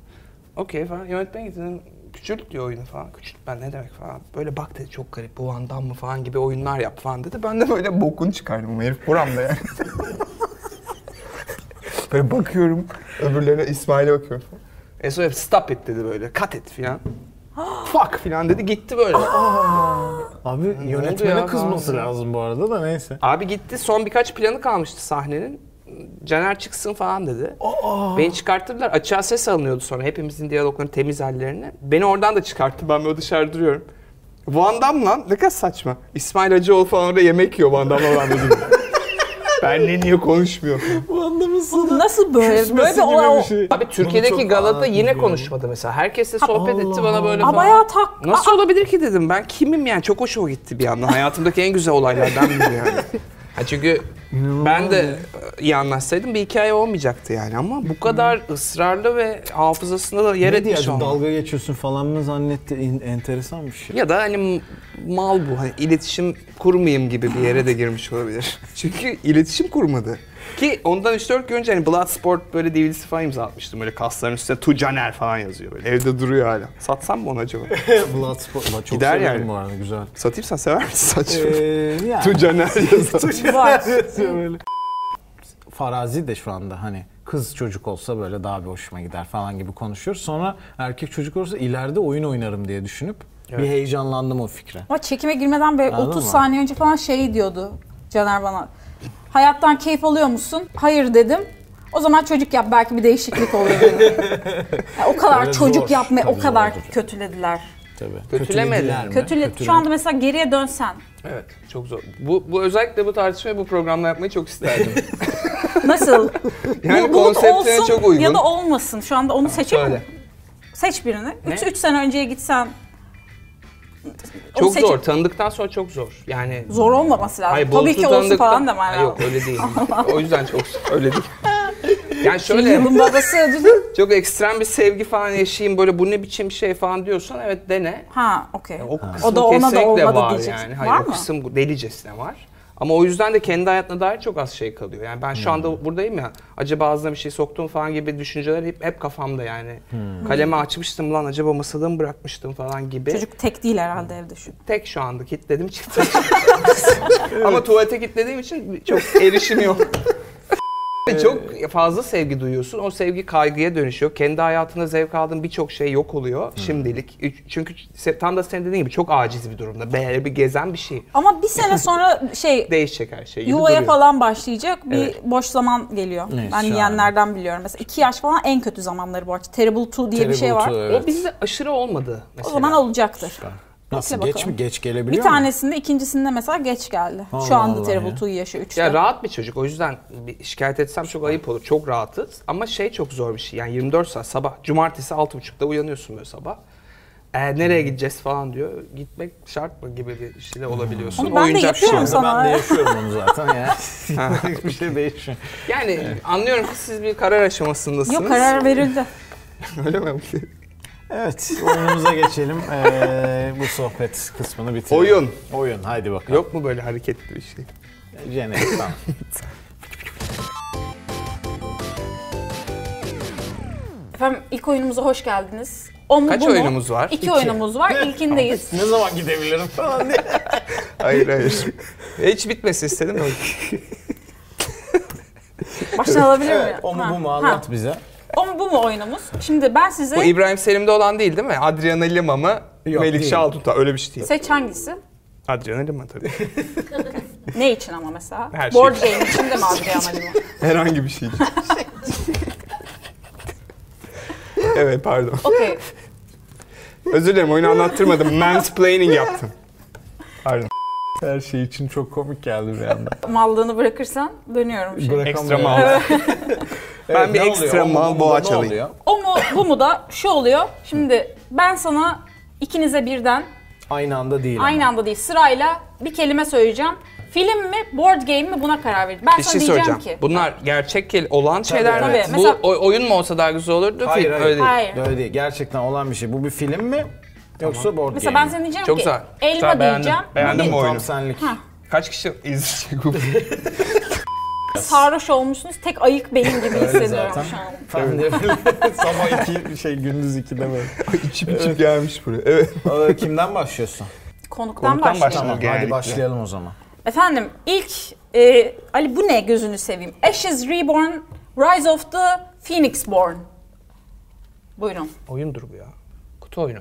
Speaker 1: Okey falan. Yönetmen gitti dedim. Küçült diyor oyunu falan. Küçült ben ne demek falan. Böyle bak dedi çok garip bu Van Damme mı falan gibi oyunlar yap falan dedi. Ben de böyle bokun çıkardım bu herif buramda yani. böyle bakıyorum. Öbürlerine İsmail'e bakıyorum falan. En son herif stop et dedi böyle. Cut et falan. Fuck falan dedi gitti böyle.
Speaker 2: Abi
Speaker 1: oldu
Speaker 2: yönetmene
Speaker 1: ya?
Speaker 2: kızması
Speaker 1: Ne oldu?
Speaker 2: lazım bu arada da neyse.
Speaker 1: Abi gitti son birkaç planı kalmıştı sahnenin. Caner çıksın falan dedi. Beni çıkarttılar. Açığa ses alınıyordu sonra hepimizin diyaloglarının temiz hallerini. Beni oradan da çıkarttı. Ben böyle dışarı duruyorum. Van Damme lan ne kadar saçma. İsmail Hacıoğlu falan orada yemek yiyor Van Damme'la ben dedim. Benle niye konuşmuyor?
Speaker 2: Bu anlamı
Speaker 3: Nasıl böyle? Böyle bir olay o.
Speaker 2: şey.
Speaker 1: Abi Türkiye'deki
Speaker 2: çok
Speaker 1: Galata
Speaker 2: ağır
Speaker 1: yine
Speaker 2: biliyorum.
Speaker 1: konuşmadı mesela. Herkesle sohbet etti bana böyle
Speaker 3: Aa,
Speaker 1: falan.
Speaker 3: bayağı tak.
Speaker 1: Nasıl olabilir ki dedim ben kimim yani çok hoşuma gitti bir yandan hayatımdaki en güzel olaylardan biri yani. Ha çünkü ben de e, iyi anlatsaydım bir hikaye olmayacaktı yani ama bu kadar ısrarlı ve hafızasında da yer
Speaker 2: Ne diye
Speaker 1: etmiş
Speaker 2: acaba,
Speaker 1: olmam.
Speaker 2: dalga geçiyorsun falan mı zannetti? En- enteresan bir şey.
Speaker 1: Ya da hani m- mal bu hani iletişim kurmayayım gibi bir yere de girmiş olabilir. çünkü iletişim kurmadı. Ki ondan 3-4 gün önce hani Bloodsport böyle DVD'si falan imza atmıştım. Böyle kasların üstüne Tucaner falan yazıyor böyle. Evde duruyor hala. Satsam mı onu acaba?
Speaker 2: Bloodsport. Bak, Çok
Speaker 1: Gider
Speaker 2: severim
Speaker 1: yani.
Speaker 2: bu arada güzel.
Speaker 1: Satayım sen sever misin saçma?
Speaker 2: Ee, yani.
Speaker 1: Tucaner yazar.
Speaker 3: Var.
Speaker 2: böyle. Farazi de şu anda hani kız çocuk olsa böyle daha bir hoşuma gider falan gibi konuşuyor. Sonra erkek çocuk olursa ileride oyun oynarım diye düşünüp bir heyecanlandım o fikre.
Speaker 3: Ama çekime girmeden böyle
Speaker 2: Anladın
Speaker 3: 30
Speaker 2: mı?
Speaker 3: saniye önce falan şey diyordu Caner bana. Hayattan keyif alıyor musun? Hayır dedim. O zaman çocuk yap belki bir değişiklik olur dedi. Ya o kadar
Speaker 2: Öyle
Speaker 3: çocuk
Speaker 2: zor.
Speaker 3: yapmayı o
Speaker 2: Tabii
Speaker 3: kadar
Speaker 2: zor.
Speaker 3: kötülediler.
Speaker 2: Tabii.
Speaker 1: Kötülemedi.
Speaker 2: Kötülediler mi?
Speaker 3: Kötüle
Speaker 2: Kötüledi.
Speaker 3: Şu anda mesela geriye dönsen.
Speaker 1: Evet, çok zor. Bu, bu özellikle bu tartışmayı bu programla yapmayı çok isterdim.
Speaker 3: Nasıl?
Speaker 1: Yani
Speaker 3: Bu- bulut
Speaker 1: konseptine çok uygun.
Speaker 3: Ya da olmasın. Şu anda onu seçelim mi?
Speaker 1: Söyle.
Speaker 3: Seç birini.
Speaker 1: Ne?
Speaker 3: 3 üç sene önceye gitsen. onu
Speaker 1: Çok
Speaker 3: seçip-
Speaker 1: zor. Tanıdıktan sonra çok zor. Yani
Speaker 3: Zor olmaması lazım.
Speaker 1: Hayır,
Speaker 3: Tabii
Speaker 1: Bolt'u
Speaker 3: ki olsun
Speaker 1: tanıdıktan-
Speaker 3: falan demen
Speaker 1: Hayır, Yok
Speaker 3: lazım.
Speaker 1: öyle değil. o yüzden çok zor. Öyle değil. Yani şöyle
Speaker 3: Yılın babası ödülü.
Speaker 1: çok ekstrem bir sevgi falan yaşayayım böyle bu ne biçim şey falan diyorsan evet dene.
Speaker 3: Ha okey.
Speaker 1: O kısmı
Speaker 3: O da ona da
Speaker 1: kesinlikle
Speaker 3: olmadı
Speaker 1: var
Speaker 3: diyeceksin.
Speaker 1: yani.
Speaker 3: Var
Speaker 1: Hayır o
Speaker 3: mı?
Speaker 1: kısım delicesine var. Ama o yüzden de kendi hayatına dair çok az şey kalıyor. Yani ben şu anda buradayım ya, acaba ağzına bir şey soktum falan gibi düşünceler hep, hep kafamda yani. Kalemi açmıştım lan acaba masada mı bırakmıştım falan gibi.
Speaker 3: Çocuk tek değil herhalde evde şu.
Speaker 1: Tek şu anda kilitledim çıktım. Ama tuvalete kilitlediğim için çok erişim yok. Çünkü çok fazla sevgi duyuyorsun. O sevgi kaygıya dönüşüyor. Kendi hayatında zevk aldığın birçok şey yok oluyor şimdilik. Üç- Çünkü se- tam da senin dediğin gibi çok aciz bir durumda. Böyle bir gezen bir şey.
Speaker 3: Ama bir sene sonra şey
Speaker 1: Değişecek her şey. gibi
Speaker 3: yuvaya
Speaker 1: duruyor.
Speaker 3: falan başlayacak bir
Speaker 1: Evet.
Speaker 3: boş zaman geliyor.
Speaker 2: Evet,
Speaker 3: ben
Speaker 2: şahane.
Speaker 3: yeğenlerden biliyorum. Mesela iki yaş falan en kötü zamanları bu açı. Terrible two diye bir şey var.
Speaker 2: Terrible Two,
Speaker 1: O
Speaker 2: evet.
Speaker 1: bizde aşırı olmadı mesela.
Speaker 3: O zaman olacaktır.
Speaker 2: Nasıl
Speaker 3: Bekle
Speaker 2: geç
Speaker 3: bakalım.
Speaker 2: mi? Geç gelebiliyor
Speaker 3: Bir
Speaker 2: mu?
Speaker 3: tanesinde ikincisinde mesela geç geldi.
Speaker 2: Allah
Speaker 3: Şu anda
Speaker 2: Allah
Speaker 3: Terrible
Speaker 2: ya.
Speaker 3: Two'yu yaşıyor. Üçte.
Speaker 1: Ya rahat bir çocuk. O yüzden bir şikayet etsem çok ayıp olur. Çok rahatız. Ama şey çok zor bir şey. Yani 24 saat sabah. Cumartesi 6.30'da uyanıyorsun böyle sabah. E, nereye gideceğiz falan diyor. Gitmek şart mı gibi bir şeyle olabiliyorsun. şey
Speaker 3: Onu Hani ben de yapıyorum
Speaker 1: şeyle.
Speaker 3: sana.
Speaker 2: Ben de yaşıyorum onu zaten ya. bir şey değişmiyor.
Speaker 1: Yani anlıyorum ki siz bir karar aşamasındasınız.
Speaker 3: Yok karar verildi.
Speaker 1: Öyle mi?
Speaker 2: Evet, oyunumuza geçelim. Ee, bu sohbet kısmını bitirelim.
Speaker 1: Oyun.
Speaker 2: Oyun, haydi bakalım.
Speaker 1: Yok mu böyle hareketli bir şey?
Speaker 2: Jenerik, tamam.
Speaker 3: Efendim ilk oyunumuza hoş geldiniz. O mu,
Speaker 1: Kaç
Speaker 3: bu mu?
Speaker 1: oyunumuz var?
Speaker 3: İki,
Speaker 1: İki.
Speaker 3: oyunumuz var. İlkindeyiz.
Speaker 2: ne zaman gidebilirim falan diye.
Speaker 1: Hayır hayır. E, Hiç bitmesin istedim. ama.
Speaker 3: Başlanabilir mi?
Speaker 2: O mu
Speaker 3: Ha,
Speaker 2: bu mu
Speaker 3: ha.
Speaker 2: anlat bize.
Speaker 3: O mu bu mu oyunumuz? Şimdi ben
Speaker 1: Bu
Speaker 3: size
Speaker 1: İbrahim Selim'de olan değil değil mi? Adriana Lima mı?
Speaker 2: Yok,
Speaker 1: Melik
Speaker 2: değil.
Speaker 1: Şahdut'a öyle bir şey değil.
Speaker 3: seç hangisi?
Speaker 1: Adriana Lima tabii.
Speaker 3: Ne için ama mesela?
Speaker 1: Her şey
Speaker 3: Board game için de mi Adriana Lima?
Speaker 1: Herhangi bir şey. için. evet pardon.
Speaker 3: Okey.
Speaker 1: Özür dilerim oyunu anlattırmadım. Mansplaining yaptım. Pardon.
Speaker 2: Her şey için çok komik geldi bir anda.
Speaker 3: Mallığını bırakırsan dönüyorum şimdi.
Speaker 1: Ekstra mal. Ben bir ekstra mal boğa çalayım.
Speaker 3: O mu bu mu da şu oluyor. Şimdi ben sana ikinize birden
Speaker 2: Aynı anda değil. ama.
Speaker 3: aynı anda değil sırayla bir kelime söyleyeceğim. Film mi, board game mi buna karar verin. Ben
Speaker 1: Bir
Speaker 3: sana
Speaker 1: şey
Speaker 3: diyeceğim
Speaker 1: söyleyeceğim.
Speaker 3: ki.
Speaker 1: Bunlar gerçek kel- olan şeyler mi?
Speaker 3: evet.
Speaker 1: Bu
Speaker 3: Mesela-
Speaker 1: oy- oyun mu olsa daha güzel olurdu?
Speaker 2: Hayır,
Speaker 1: Film
Speaker 2: hayır.
Speaker 1: öyle değil.
Speaker 3: Hayır.
Speaker 2: Böyle değil. Gerçekten olan bir şey. Bu bir film mi? Yoksa board
Speaker 3: Mesela
Speaker 2: game
Speaker 3: ben
Speaker 2: mi?
Speaker 3: sana diyeceğim
Speaker 1: Çok
Speaker 3: ki
Speaker 1: güzel.
Speaker 3: elma
Speaker 1: Güzel, beğendim.
Speaker 3: diyeceğim.
Speaker 1: Beğendim bu
Speaker 2: Tam
Speaker 1: oyunu.
Speaker 2: senlik.
Speaker 3: Ha.
Speaker 1: Kaç kişi izleyecek bu?
Speaker 3: Sarhoş olmuşsunuz tek ayık benim gibi hissediyorum
Speaker 2: zaten.
Speaker 3: şu an.
Speaker 2: Ben de sabah iki şey gündüz iki de böyle.
Speaker 1: içip içip gelmiş buraya. Evet.
Speaker 2: Ee, Kimden başlıyorsun?
Speaker 3: Konuktan,
Speaker 1: Konuktan
Speaker 3: başlayalım.
Speaker 1: başlayalım.
Speaker 2: Tamam hadi
Speaker 1: Genellikle.
Speaker 2: başlayalım o zaman.
Speaker 3: Efendim ilk e, Ali bu ne gözünü seveyim. Ashes Reborn, Rise of the Phoenix Born. Buyurun.
Speaker 1: Oyundur bu ya. Kutu oyunu.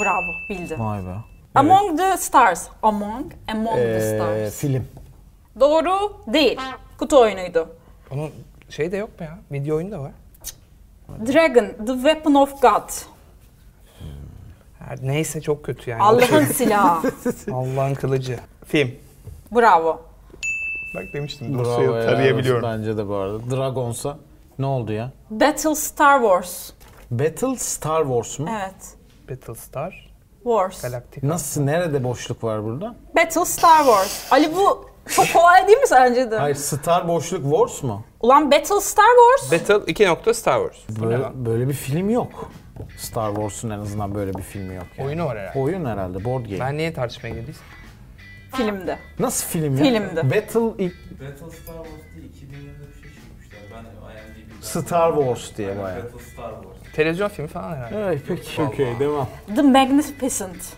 Speaker 3: Bravo bildin.
Speaker 2: Vay be.
Speaker 3: Among the Stars. Among, Among the
Speaker 2: Ee,
Speaker 3: Stars.
Speaker 2: film.
Speaker 3: Doğru değil. Kutu oyunuydu.
Speaker 1: Onun şey de yok mu ya? Video oyunu da var.
Speaker 3: Dragon, The Weapon of God.
Speaker 1: Her neyse çok kötü yani.
Speaker 3: Allah'ın silahı.
Speaker 1: Allah'ın kılıcı. Film.
Speaker 3: Bravo.
Speaker 1: Bak demiştim
Speaker 2: Bravo, helal olsun Bence de bu arada. Dragons'a ne oldu ya?
Speaker 3: Battle Star Wars.
Speaker 2: Battle Star Wars mu?
Speaker 3: Evet.
Speaker 1: Battlestar
Speaker 3: Wars.
Speaker 1: Galactica.
Speaker 2: Nasıl? Nerede boşluk var burada?
Speaker 3: Battle Star Wars. Ali bu çok kolay değil mi sence de?
Speaker 2: Hayır Star boşluk Wars mu?
Speaker 3: Ulan Battle Star Wars.
Speaker 1: Battle 2 nokta Star Wars.
Speaker 2: Böyle, böyle bir film yok. Star Wars'un en azından böyle bir filmi yok. Yani.
Speaker 1: Oyunu var herhalde.
Speaker 2: Oyun herhalde, board game.
Speaker 1: Ben niye tartışmaya girdiysem?
Speaker 3: Filmde.
Speaker 2: Nasıl film ya?
Speaker 3: Filmdi.
Speaker 2: Battle ilk
Speaker 5: Battle Star Wars değil, 2000 yılında bir şey çıkmışlar. Ben IMDb'den...
Speaker 2: Star Wars diye bayağı.
Speaker 5: Battle Star Wars.
Speaker 1: Televizyon filmi falan herhalde.
Speaker 2: Evet peki. Okey devam.
Speaker 3: The Magnificent.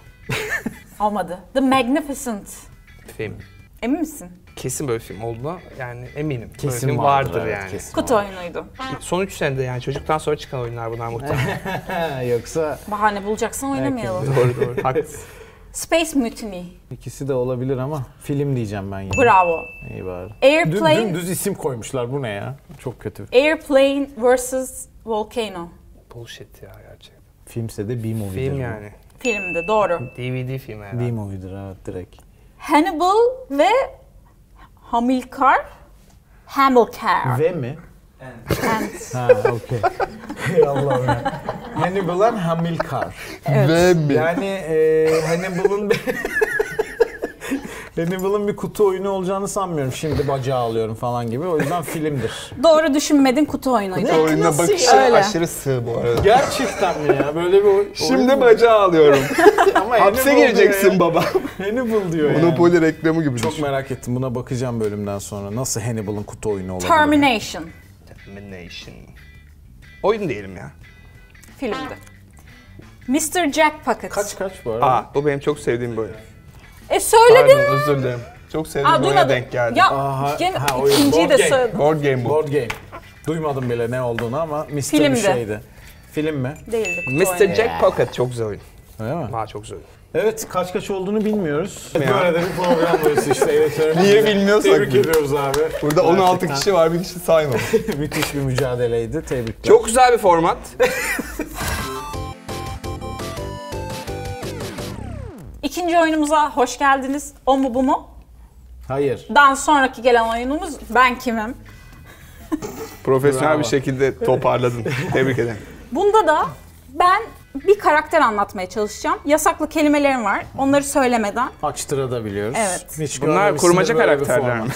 Speaker 3: Olmadı. The Magnificent.
Speaker 1: Film.
Speaker 3: Emin misin?
Speaker 1: Kesin böyle film olduğuna yani eminim. Böyle
Speaker 2: Kesin
Speaker 1: film
Speaker 2: vardır,
Speaker 1: vardır,
Speaker 2: evet,
Speaker 1: yani.
Speaker 2: kesin
Speaker 3: Kutu oyunuydu.
Speaker 1: Son 3 senede yani çocuktan sonra çıkan oyunlar bunlar muhtemelen.
Speaker 2: Ha, yoksa
Speaker 3: Bahane bulacaksan oynamayalım.
Speaker 1: doğru doğru. Haklısın.
Speaker 3: Space Mutiny.
Speaker 2: ikisi de olabilir ama film diyeceğim ben yine.
Speaker 3: Bravo.
Speaker 2: İyi bari. Dün,
Speaker 3: Airplane,
Speaker 2: düz isim koymuşlar bu ne ya? Çok kötü.
Speaker 3: Airplane vs. Volcano.
Speaker 1: Bullshit ya gerçekten.
Speaker 2: Filmse de B-movie'dir.
Speaker 1: Film
Speaker 2: bu.
Speaker 1: yani.
Speaker 3: Filmde doğru.
Speaker 1: DVD filmi herhalde.
Speaker 2: B-movie'dir evet direkt.
Speaker 3: Hannibal ve Hamilcar. Hamilcar.
Speaker 2: V mi?
Speaker 5: And
Speaker 3: And
Speaker 2: Ha okey. Ey Allah'ım ya. Hannibal'ın Hamilcar. Yani e, Hannibal'ın bir... Hannibal'ın bir kutu oyunu olacağını sanmıyorum. Şimdi bacağı alıyorum falan gibi. O yüzden filmdir.
Speaker 3: doğru düşünmedin kutu oyunuydu.
Speaker 1: oyununa bakışı
Speaker 3: Öyle.
Speaker 1: aşırı sığ bu arada.
Speaker 2: Gerçekten mi ya? Böyle bir oy- oyun
Speaker 1: Şimdi
Speaker 2: mu?
Speaker 1: bacağı alıyorum.
Speaker 2: Ama
Speaker 1: Hapse
Speaker 2: Hannibal diyor
Speaker 1: gireceksin
Speaker 2: ya.
Speaker 1: baba.
Speaker 2: Hannibal diyor yani.
Speaker 1: Monopoly reklamı gibi
Speaker 2: Çok merak ettim. Buna bakacağım bölümden sonra. Nasıl Hannibal'ın kutu oyunu olabilir?
Speaker 3: Termination.
Speaker 1: Termination. Oyun diyelim ya.
Speaker 3: Filmde. Mr. Jackpocket.
Speaker 2: Kaç kaç bu arada?
Speaker 1: Aa, bu benim çok sevdiğim bir oyun.
Speaker 3: E söyledin.
Speaker 1: Pardon özür dilerim. Çok sevdiğim bir oyuna
Speaker 3: duymadım.
Speaker 1: denk geldi.
Speaker 3: Ya
Speaker 2: Aha,
Speaker 3: gene
Speaker 2: ha, oyun.
Speaker 3: ikinciyi de
Speaker 2: Board game.
Speaker 3: söyledim.
Speaker 1: Board game bu.
Speaker 2: Board game. Duymadım bile ne olduğunu ama Mr. bir
Speaker 3: Filmdi.
Speaker 2: şeydi. Film mi?
Speaker 3: Değildi kutu
Speaker 1: Mr.
Speaker 3: oyunu.
Speaker 1: Jack Pocket çok güzel oyun.
Speaker 2: Öyle mi?
Speaker 1: Aa çok güzel oyun.
Speaker 2: Evet kaç kaç olduğunu bilmiyoruz.
Speaker 1: Ya.
Speaker 2: Böyle de bir program burası işte. Evet,
Speaker 1: Niye bilmiyorsak
Speaker 2: Tebrik
Speaker 1: biz.
Speaker 2: ediyoruz abi.
Speaker 1: Burada 16
Speaker 2: Gerçekten
Speaker 1: kişi var bir kişi saymadı.
Speaker 2: Müthiş bir mücadeleydi. Tebrikler.
Speaker 1: çok güzel bir format.
Speaker 3: İkinci oyunumuza hoş geldiniz. O mu bu mu?
Speaker 2: Hayır.
Speaker 3: Dan sonraki gelen oyunumuz Ben Kimim.
Speaker 1: Profesyonel
Speaker 2: Bravo.
Speaker 1: bir şekilde toparladın. Tebrik ederim.
Speaker 3: Bunda da ben bir karakter anlatmaya çalışacağım. Yasaklı kelimelerim var. Onları söylemeden.
Speaker 2: Açtıra da biliyoruz.
Speaker 3: Evet.
Speaker 2: Hiç
Speaker 1: Bunlar
Speaker 2: görmemişsindir
Speaker 1: kurmaca
Speaker 2: böyle bir
Speaker 1: karakterler
Speaker 2: format.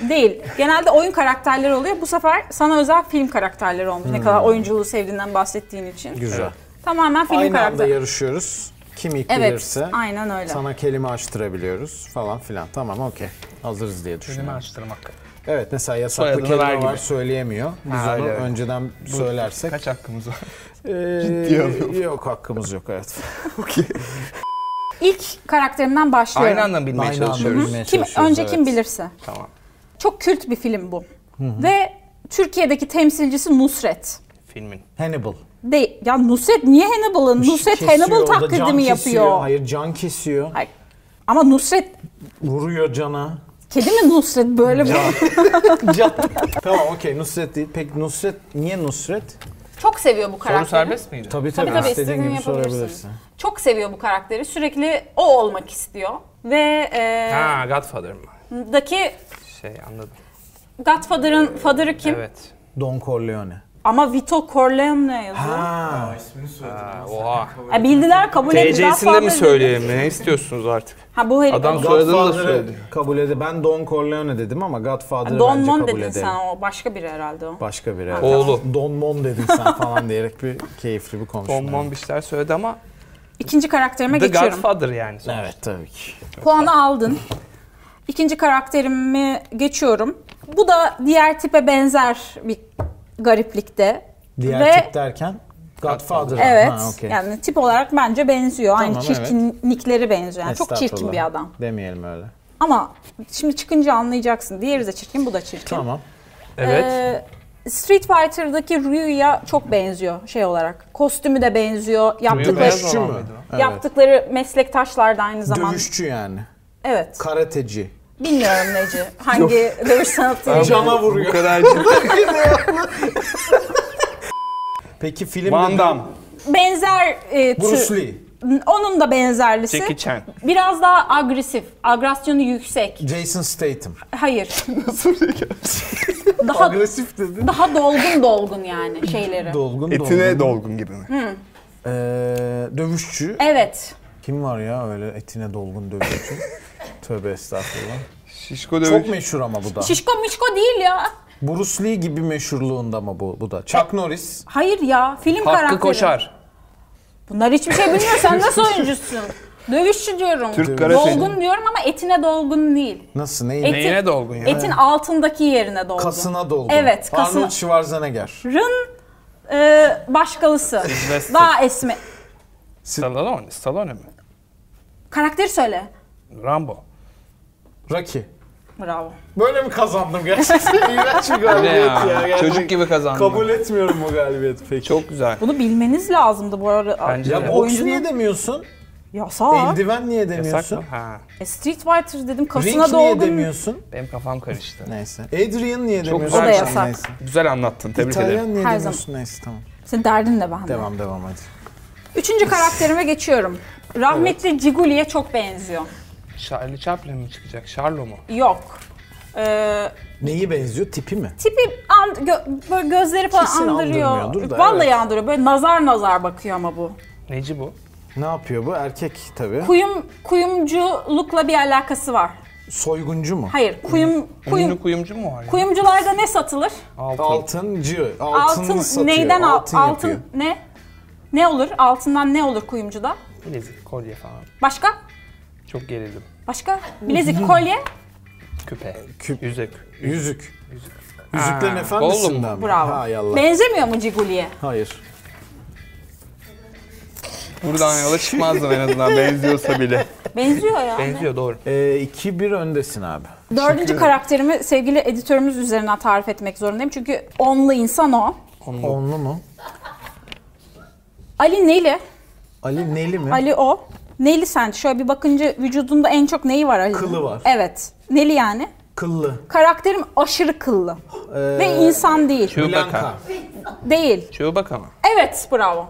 Speaker 1: mi?
Speaker 3: Değil. Genelde oyun karakterleri oluyor. Bu sefer sana özel film karakterleri olmuş.
Speaker 2: Hmm.
Speaker 3: Ne kadar oyunculuğu sevdiğinden bahsettiğin için.
Speaker 2: Güzel.
Speaker 3: Tamamen film
Speaker 2: Aynı anda
Speaker 3: karakteri.
Speaker 2: yarışıyoruz. Kim ilk
Speaker 3: Evet,
Speaker 2: bilirse
Speaker 3: aynen öyle.
Speaker 2: sana kelime açtırabiliyoruz falan filan. Tamam okey. Hazırız diye düşünüyorum.
Speaker 1: açtırmak.
Speaker 2: Evet mesela yasaklı
Speaker 1: Soyadını ver
Speaker 2: kelime
Speaker 1: gibi.
Speaker 2: var söyleyemiyor. Biz
Speaker 1: Ha,
Speaker 2: onu
Speaker 1: öyle, öyle.
Speaker 2: önceden söylersek.
Speaker 1: Kaç hakkımız var?
Speaker 2: Ee,
Speaker 1: Ciddiye alıyorum.
Speaker 2: Yok hakkımız yok evet.
Speaker 3: İlk karakterimden başlıyorum.
Speaker 1: Aynı anda bilmeye
Speaker 2: Aynı anda
Speaker 1: çalışıyoruz.
Speaker 2: bilmeye
Speaker 3: Kim,
Speaker 2: çalışıyoruz,
Speaker 3: önce
Speaker 2: evet.
Speaker 3: kim bilirse.
Speaker 1: Tamam.
Speaker 3: Çok kült bir film bu. Ve Türkiye'deki temsilcisi Nusret.
Speaker 1: Filmin.
Speaker 2: Hannibal.
Speaker 3: Değil. Ya Nusret niye Hannibal'ın? Nusret
Speaker 2: Kesiyor
Speaker 3: Hannibal
Speaker 2: orada, can
Speaker 3: taklidimi
Speaker 2: kesiyor.
Speaker 3: yapıyor.
Speaker 2: Hayır can kesiyor.
Speaker 3: Hayır. Ama Nusret,
Speaker 2: Vuruyor cana.
Speaker 3: kedi mi Nusret böyle bir...
Speaker 2: Can. tamam okey Nusret değil. Peki Nusret niye Nusret?
Speaker 3: Çok seviyor bu karakteri.
Speaker 1: miydi?
Speaker 2: Tabii tabii,
Speaker 3: Tabii tabii
Speaker 2: istediğin
Speaker 3: istediğini
Speaker 2: gibi şey
Speaker 3: yapabilirsin.
Speaker 2: sorabilirsin.
Speaker 3: Çok seviyor bu karakteri. Sürekli o olmak istiyor. Ve e,
Speaker 1: Ha Godfather mı?
Speaker 3: daki
Speaker 1: Şey anladım.
Speaker 3: Godfather'ın father'ı kim?
Speaker 1: Evet.
Speaker 2: Don Corleone.
Speaker 3: Ama Vito Corleone yazıyor.
Speaker 2: Ha.
Speaker 5: İsmini söyledim.
Speaker 1: Oha.
Speaker 3: Ya bildiler kabul ettiler.
Speaker 1: TC'sini de mi söyleyeyim? Ne istiyorsunuz artık?
Speaker 3: Ha bu herif.
Speaker 1: Adam- Soyadını da
Speaker 2: Godfather'ı
Speaker 1: söyledi.
Speaker 2: kabul edildi. Ben Don Corleone dedim ama Godfather'ı
Speaker 3: Don
Speaker 2: bence
Speaker 3: Mon
Speaker 2: kabul
Speaker 3: dedin
Speaker 2: edelim.
Speaker 3: sen o. Başka biri herhalde o.
Speaker 2: Başka biri. evet.
Speaker 1: Oğlu.
Speaker 2: Don Mon dedin sen falan diyerek bir keyifli bir konuşma.
Speaker 1: Bonbon bir şeyler söyledi ama
Speaker 3: İkinci karakterime
Speaker 1: The
Speaker 3: geçiyorum.
Speaker 1: Godfather yani.
Speaker 2: Evet tabii ki.
Speaker 3: Puanı aldın. İkinci karakterimi geçiyorum. Bu da diğer tipe benzer bir gariplikte.
Speaker 2: Diğer
Speaker 3: Ve
Speaker 2: tip derken Godfather.
Speaker 3: evet
Speaker 2: Ha, okey.
Speaker 3: yani tip olarak bence benziyor. Aynı
Speaker 2: Tamam,
Speaker 3: çirkinlikleri benziyor. Yani çok çirkin
Speaker 2: Estağfurullah.
Speaker 3: bir adam.
Speaker 2: Demeyelim öyle.
Speaker 3: Ama şimdi çıkınca anlayacaksın. Diğeri de çirkin, bu da çirkin.
Speaker 2: Tamam.
Speaker 1: Evet.
Speaker 3: Ee, Street Fighter'daki Ryu'ya çok benziyor şey olarak. Kostümü de benziyor. Yaptıkları
Speaker 1: beyaz
Speaker 2: Dövüşçü
Speaker 1: olan
Speaker 2: mü?
Speaker 1: mıydı o?
Speaker 2: Evet.
Speaker 3: yaptıkları meslektaşlar da aynı zamanda.
Speaker 2: Dövüşçü yani.
Speaker 3: Evet.
Speaker 2: Karateci.
Speaker 3: Bilmiyorum Neci hangi dövüş sanatı.
Speaker 2: Cana
Speaker 1: Bu
Speaker 2: vuruyor.
Speaker 1: kadar ciddi.
Speaker 2: Peki filmde...
Speaker 1: Van Damme,
Speaker 3: benzer e, tür.
Speaker 2: Bruce Lee.
Speaker 3: Onun da benzerlisi.
Speaker 1: Jackie Chan.
Speaker 3: Biraz daha agresif, agresyonu yüksek.
Speaker 2: Jason Statham.
Speaker 3: Hayır.
Speaker 2: şey?
Speaker 3: daha
Speaker 2: Agresif dedi.
Speaker 3: daha dolgun dolgun yani şeyleri.
Speaker 2: Dolgun
Speaker 1: Etine
Speaker 2: dolgun.
Speaker 1: dolgun gibi mi?
Speaker 2: Ee, dövüşçü.
Speaker 3: evet.
Speaker 2: Kim var ya öyle etine dolgun dövüşçü? Tövbe estağfurullah.
Speaker 1: Şişko
Speaker 2: Çok
Speaker 1: dövüş.
Speaker 2: meşhur ama bu da.
Speaker 3: Şişko mişko değil ya.
Speaker 2: Bruce Lee gibi meşhurluğunda mı bu, bu da? Chuck Norris.
Speaker 3: Hayır ya. Film karakteri.
Speaker 1: Hakkı Koşar.
Speaker 3: Bunlar hiçbir şey bilmiyor. Sen nasıl oyuncusun? Dövüşçü diyorum.
Speaker 1: Türk karateci.
Speaker 3: dolgun diyorum ama etine dolgun değil.
Speaker 2: Nasıl? Neyin?
Speaker 3: Et-
Speaker 1: Neyine dolgun ya?
Speaker 3: Etin altındaki yerine dolgun.
Speaker 2: Kasına dolgun.
Speaker 3: Evet, kasına-
Speaker 2: Arnold Schwarzenegger.
Speaker 3: Rın e, başkalısı.
Speaker 1: Sylvester.
Speaker 3: daha esme.
Speaker 1: Stallone, Stallone mi?
Speaker 3: Karakteri söyle.
Speaker 1: Rambo.
Speaker 2: Rocky.
Speaker 3: Bravo.
Speaker 2: Böyle mi kazandım gerçekten? İğrenç bir galibiyet ya. gerçekten.
Speaker 1: Çocuk gibi kazandı.
Speaker 2: Kabul etmiyorum bu galibiyeti peki.
Speaker 1: Çok güzel.
Speaker 3: Bunu bilmeniz lazımdı bu arada.
Speaker 1: Bence
Speaker 2: Ya
Speaker 1: de.
Speaker 2: boks
Speaker 3: Oyuncunun-
Speaker 2: niye demiyorsun?
Speaker 3: Yasak.
Speaker 2: Eldiven niye
Speaker 1: Yasak mı?
Speaker 2: demiyorsun?
Speaker 1: Ha.
Speaker 3: E, Street Fighter dedim kasına
Speaker 2: Ring niye
Speaker 3: dolgun.
Speaker 2: demiyorsun?
Speaker 1: Benim kafam karıştı.
Speaker 2: Neyse. Adrian niye demiyorsun?
Speaker 1: güzel O da
Speaker 3: yasak.
Speaker 2: Tamam, Neyse.
Speaker 1: Güzel anlattın. Tebrik ederim.
Speaker 2: İtalyan niye
Speaker 3: Her
Speaker 2: demiyorsun? Neyse tamam.
Speaker 3: Senin derdin de bende.
Speaker 2: Devam devam hadi.
Speaker 3: Üçüncü karakterime geçiyorum. Rahmetli Ciguli'ye çok benziyor.
Speaker 1: Charlie Chaplin mi çıkacak? Charlo mu?
Speaker 3: Yok. Ee,
Speaker 2: Neyi benziyor? Tipi mi?
Speaker 3: tipi and, gö- böyle gözleri falan
Speaker 2: Kesin
Speaker 3: andırıyor.
Speaker 2: andırmıyordur da,
Speaker 3: Vallahi
Speaker 2: evet.
Speaker 3: andırıyor. Böyle nazar nazar bakıyor ama bu.
Speaker 1: Neci bu?
Speaker 2: Ne yapıyor bu? Erkek tabii.
Speaker 3: Kuyum kuyumculukla bir alakası var.
Speaker 2: Soyguncu mu?
Speaker 3: Hayır, kuyum kuyum
Speaker 1: Ünlü kuyumcu mu var ya?
Speaker 3: kuyumcularda ne satılır?
Speaker 1: Altın.
Speaker 2: Altıncı. Altın,
Speaker 3: Altın
Speaker 2: satıyor.
Speaker 3: neyden al-
Speaker 2: altın,
Speaker 3: altın,
Speaker 2: yapıyor.
Speaker 3: ne? Ne olur? Altından ne olur kuyumcuda?
Speaker 1: Bilezik, kolye falan.
Speaker 3: Başka?
Speaker 1: Çok gerildim.
Speaker 3: Başka? Bilezik, kolye.
Speaker 1: Küpe.
Speaker 2: Küp.
Speaker 1: Yüzük.
Speaker 2: Yüzük. Yüzüklerin
Speaker 1: Ha,
Speaker 2: efendisinden mi?
Speaker 3: Bravo.
Speaker 2: Hay Allah.
Speaker 3: Benzemiyor mu Ciguli'ye?
Speaker 2: Hayır.
Speaker 1: Buradan yola çıkmazdım en azından benziyorsa bile.
Speaker 3: Benziyor ya.
Speaker 1: Benziyor doğru.
Speaker 2: Ee, 2-1 öndesin abi.
Speaker 3: Dördüncü karakterimi sevgili editörümüz üzerinden tarif etmek zorundayım. Çünkü onlu insan o.
Speaker 2: Onlu mu?
Speaker 3: Ali neli?
Speaker 2: Ali Neli mi?
Speaker 3: Ali o. Neli sence? Şöyle bir bakınca vücudunda en çok neyi var Ali'nin?
Speaker 2: Kılı var.
Speaker 3: Evet. Neli yani?
Speaker 2: Kıllı. Ee,
Speaker 3: Karakterim aşırı kıllı. Ve insan değil.
Speaker 1: Chewbacca.
Speaker 3: Değil.
Speaker 1: Chewbacca mı?
Speaker 3: Evet bravo.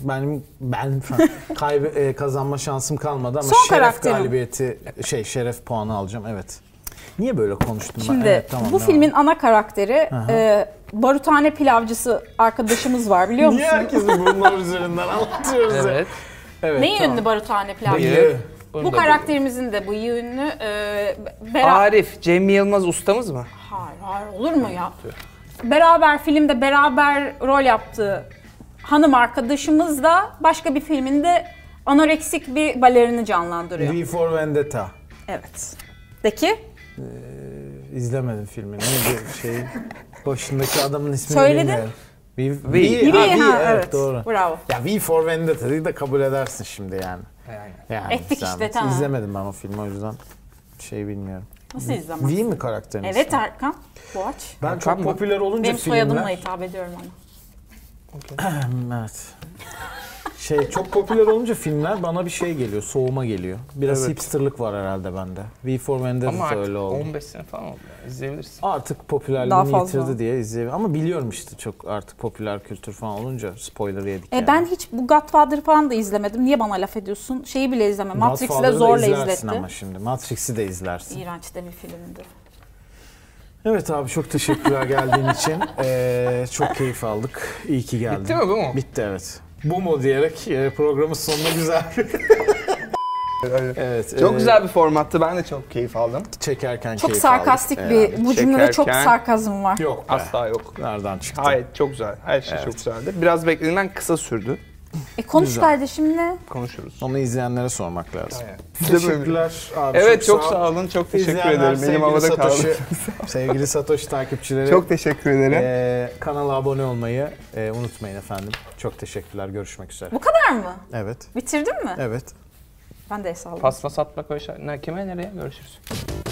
Speaker 2: Benim ben kaybe, e, kazanma şansım kalmadı ama
Speaker 3: Son
Speaker 2: şeref
Speaker 3: karakterim.
Speaker 2: galibiyeti şey şeref puanı alacağım evet. Niye böyle konuştum ben?
Speaker 3: Şimdi
Speaker 2: Evet, tamam,
Speaker 3: bu
Speaker 2: devam.
Speaker 3: filmin ana karakteri e, barutane pilavcısı arkadaşımız var biliyor musun?
Speaker 2: Niye herkesi bunlar üzerinden anlatıyoruz? ya?
Speaker 1: Evet.
Speaker 2: evet
Speaker 3: Neyi
Speaker 2: tamam.
Speaker 3: ünlü barutane pilavcısı?
Speaker 1: Bıyığı. Bunu
Speaker 3: Bu
Speaker 1: da
Speaker 3: karakterimizin de bıyığı ünlü. E,
Speaker 1: biliyorum.
Speaker 3: beraber...
Speaker 1: Arif, Cem Yılmaz ustamız mı?
Speaker 3: Hayır, hayır olur mu ya? Beraber filmde beraber rol yaptığı hanım arkadaşımız da başka bir filminde anoreksik bir balerini canlandırıyor.
Speaker 2: V for Vendetta.
Speaker 3: Evet. De ki
Speaker 2: İzlemedim filmi. Neydi şey? Başındaki adamın ismini
Speaker 3: Söyledin.
Speaker 2: bilmiyorum. V, v,
Speaker 1: V,
Speaker 3: biri
Speaker 2: ha,
Speaker 3: ha,
Speaker 2: V, evet,
Speaker 3: evet.
Speaker 2: doğru.
Speaker 3: Bravo.
Speaker 2: Ya V for Vendetta dedi de kabul edersin şimdi yani.
Speaker 1: Aynen.
Speaker 2: yani
Speaker 3: Ettik
Speaker 2: sen-
Speaker 3: işte, tamam.
Speaker 2: İzlemedim ben o filmi o yüzden şey bilmiyorum.
Speaker 3: Nasıl izlemez?
Speaker 2: V mi karakterin
Speaker 3: Evet Erkan Boğaç.
Speaker 2: Ben
Speaker 1: Erkan
Speaker 2: çok
Speaker 1: mı?
Speaker 2: popüler olunca
Speaker 3: Benim
Speaker 2: filmler...
Speaker 3: soyadımla hitap ediyorum ama.
Speaker 2: Hmm, Evet. Şey çok popüler olunca filmler bana bir şey geliyor, soğuma geliyor. Biraz hipsterlık var herhalde bende. V for
Speaker 1: Ama
Speaker 2: Vendetta da
Speaker 1: artık
Speaker 2: öyle oldu.
Speaker 1: 15 sene falan oldu. ya, İzleyebilirsin.
Speaker 2: Artık popülerliğini
Speaker 3: Daha fazla.
Speaker 2: yitirdi diye izleyebilirim. Ama biliyorum işte çok artık popüler kültür falan olunca spoiler yedik yani.
Speaker 3: E, ben hiç bu Godfather falan da izlemedim. Niye bana laf ediyorsun? Şeyi bile izlemem. Matrix'i de zorla
Speaker 2: izlersin
Speaker 3: izletti.
Speaker 2: ama şimdi. Matrix'i de izlersin.
Speaker 3: İğrenç de bir filmdi.
Speaker 2: Evet abi çok teşekkürler geldiğin için. Ee, çok keyif aldık. İyi ki geldin.
Speaker 1: Bitti mi bu mu?
Speaker 2: Bitti evet. Bu mu diyerek e, programın sonuna güzel bir... evet.
Speaker 1: Çok
Speaker 2: e,
Speaker 1: güzel bir formattı. Ben de çok keyif aldım.
Speaker 2: Çekerken
Speaker 3: Çok
Speaker 2: keyif
Speaker 3: sarkastik
Speaker 2: aldık.
Speaker 3: bir,
Speaker 2: Ee,
Speaker 3: bu cümlede çok
Speaker 1: çekerken-
Speaker 3: sarkazm var.
Speaker 2: Yok be.
Speaker 1: Asla yok.
Speaker 2: Nereden çıktı?
Speaker 1: Gayet çok güzel. Her şey çok güzeldi. Biraz beklediğimden kısa sürdü.
Speaker 3: E konuş
Speaker 2: Güzel.
Speaker 3: kardeşimle.
Speaker 1: Konuşuruz.
Speaker 2: Onu izleyenlere sormak lazım.
Speaker 1: Teşekkürler
Speaker 2: abi.
Speaker 1: Evet çok sağ olun. Çok teşekkür ederim. Benim havada kaldı.
Speaker 2: sevgili Satoshi takipçileri.
Speaker 1: Çok teşekkür ederim.
Speaker 2: Ee, kanala abone olmayı e, unutmayın efendim. Çok teşekkürler. Görüşmek üzere.
Speaker 3: Bu kadar mı?
Speaker 2: Evet.
Speaker 3: Bitirdin mi?
Speaker 2: Evet.
Speaker 3: Ben de el salladım.
Speaker 1: Pasma satmak öyle şey. Ne- Kime nereye görüşürüz?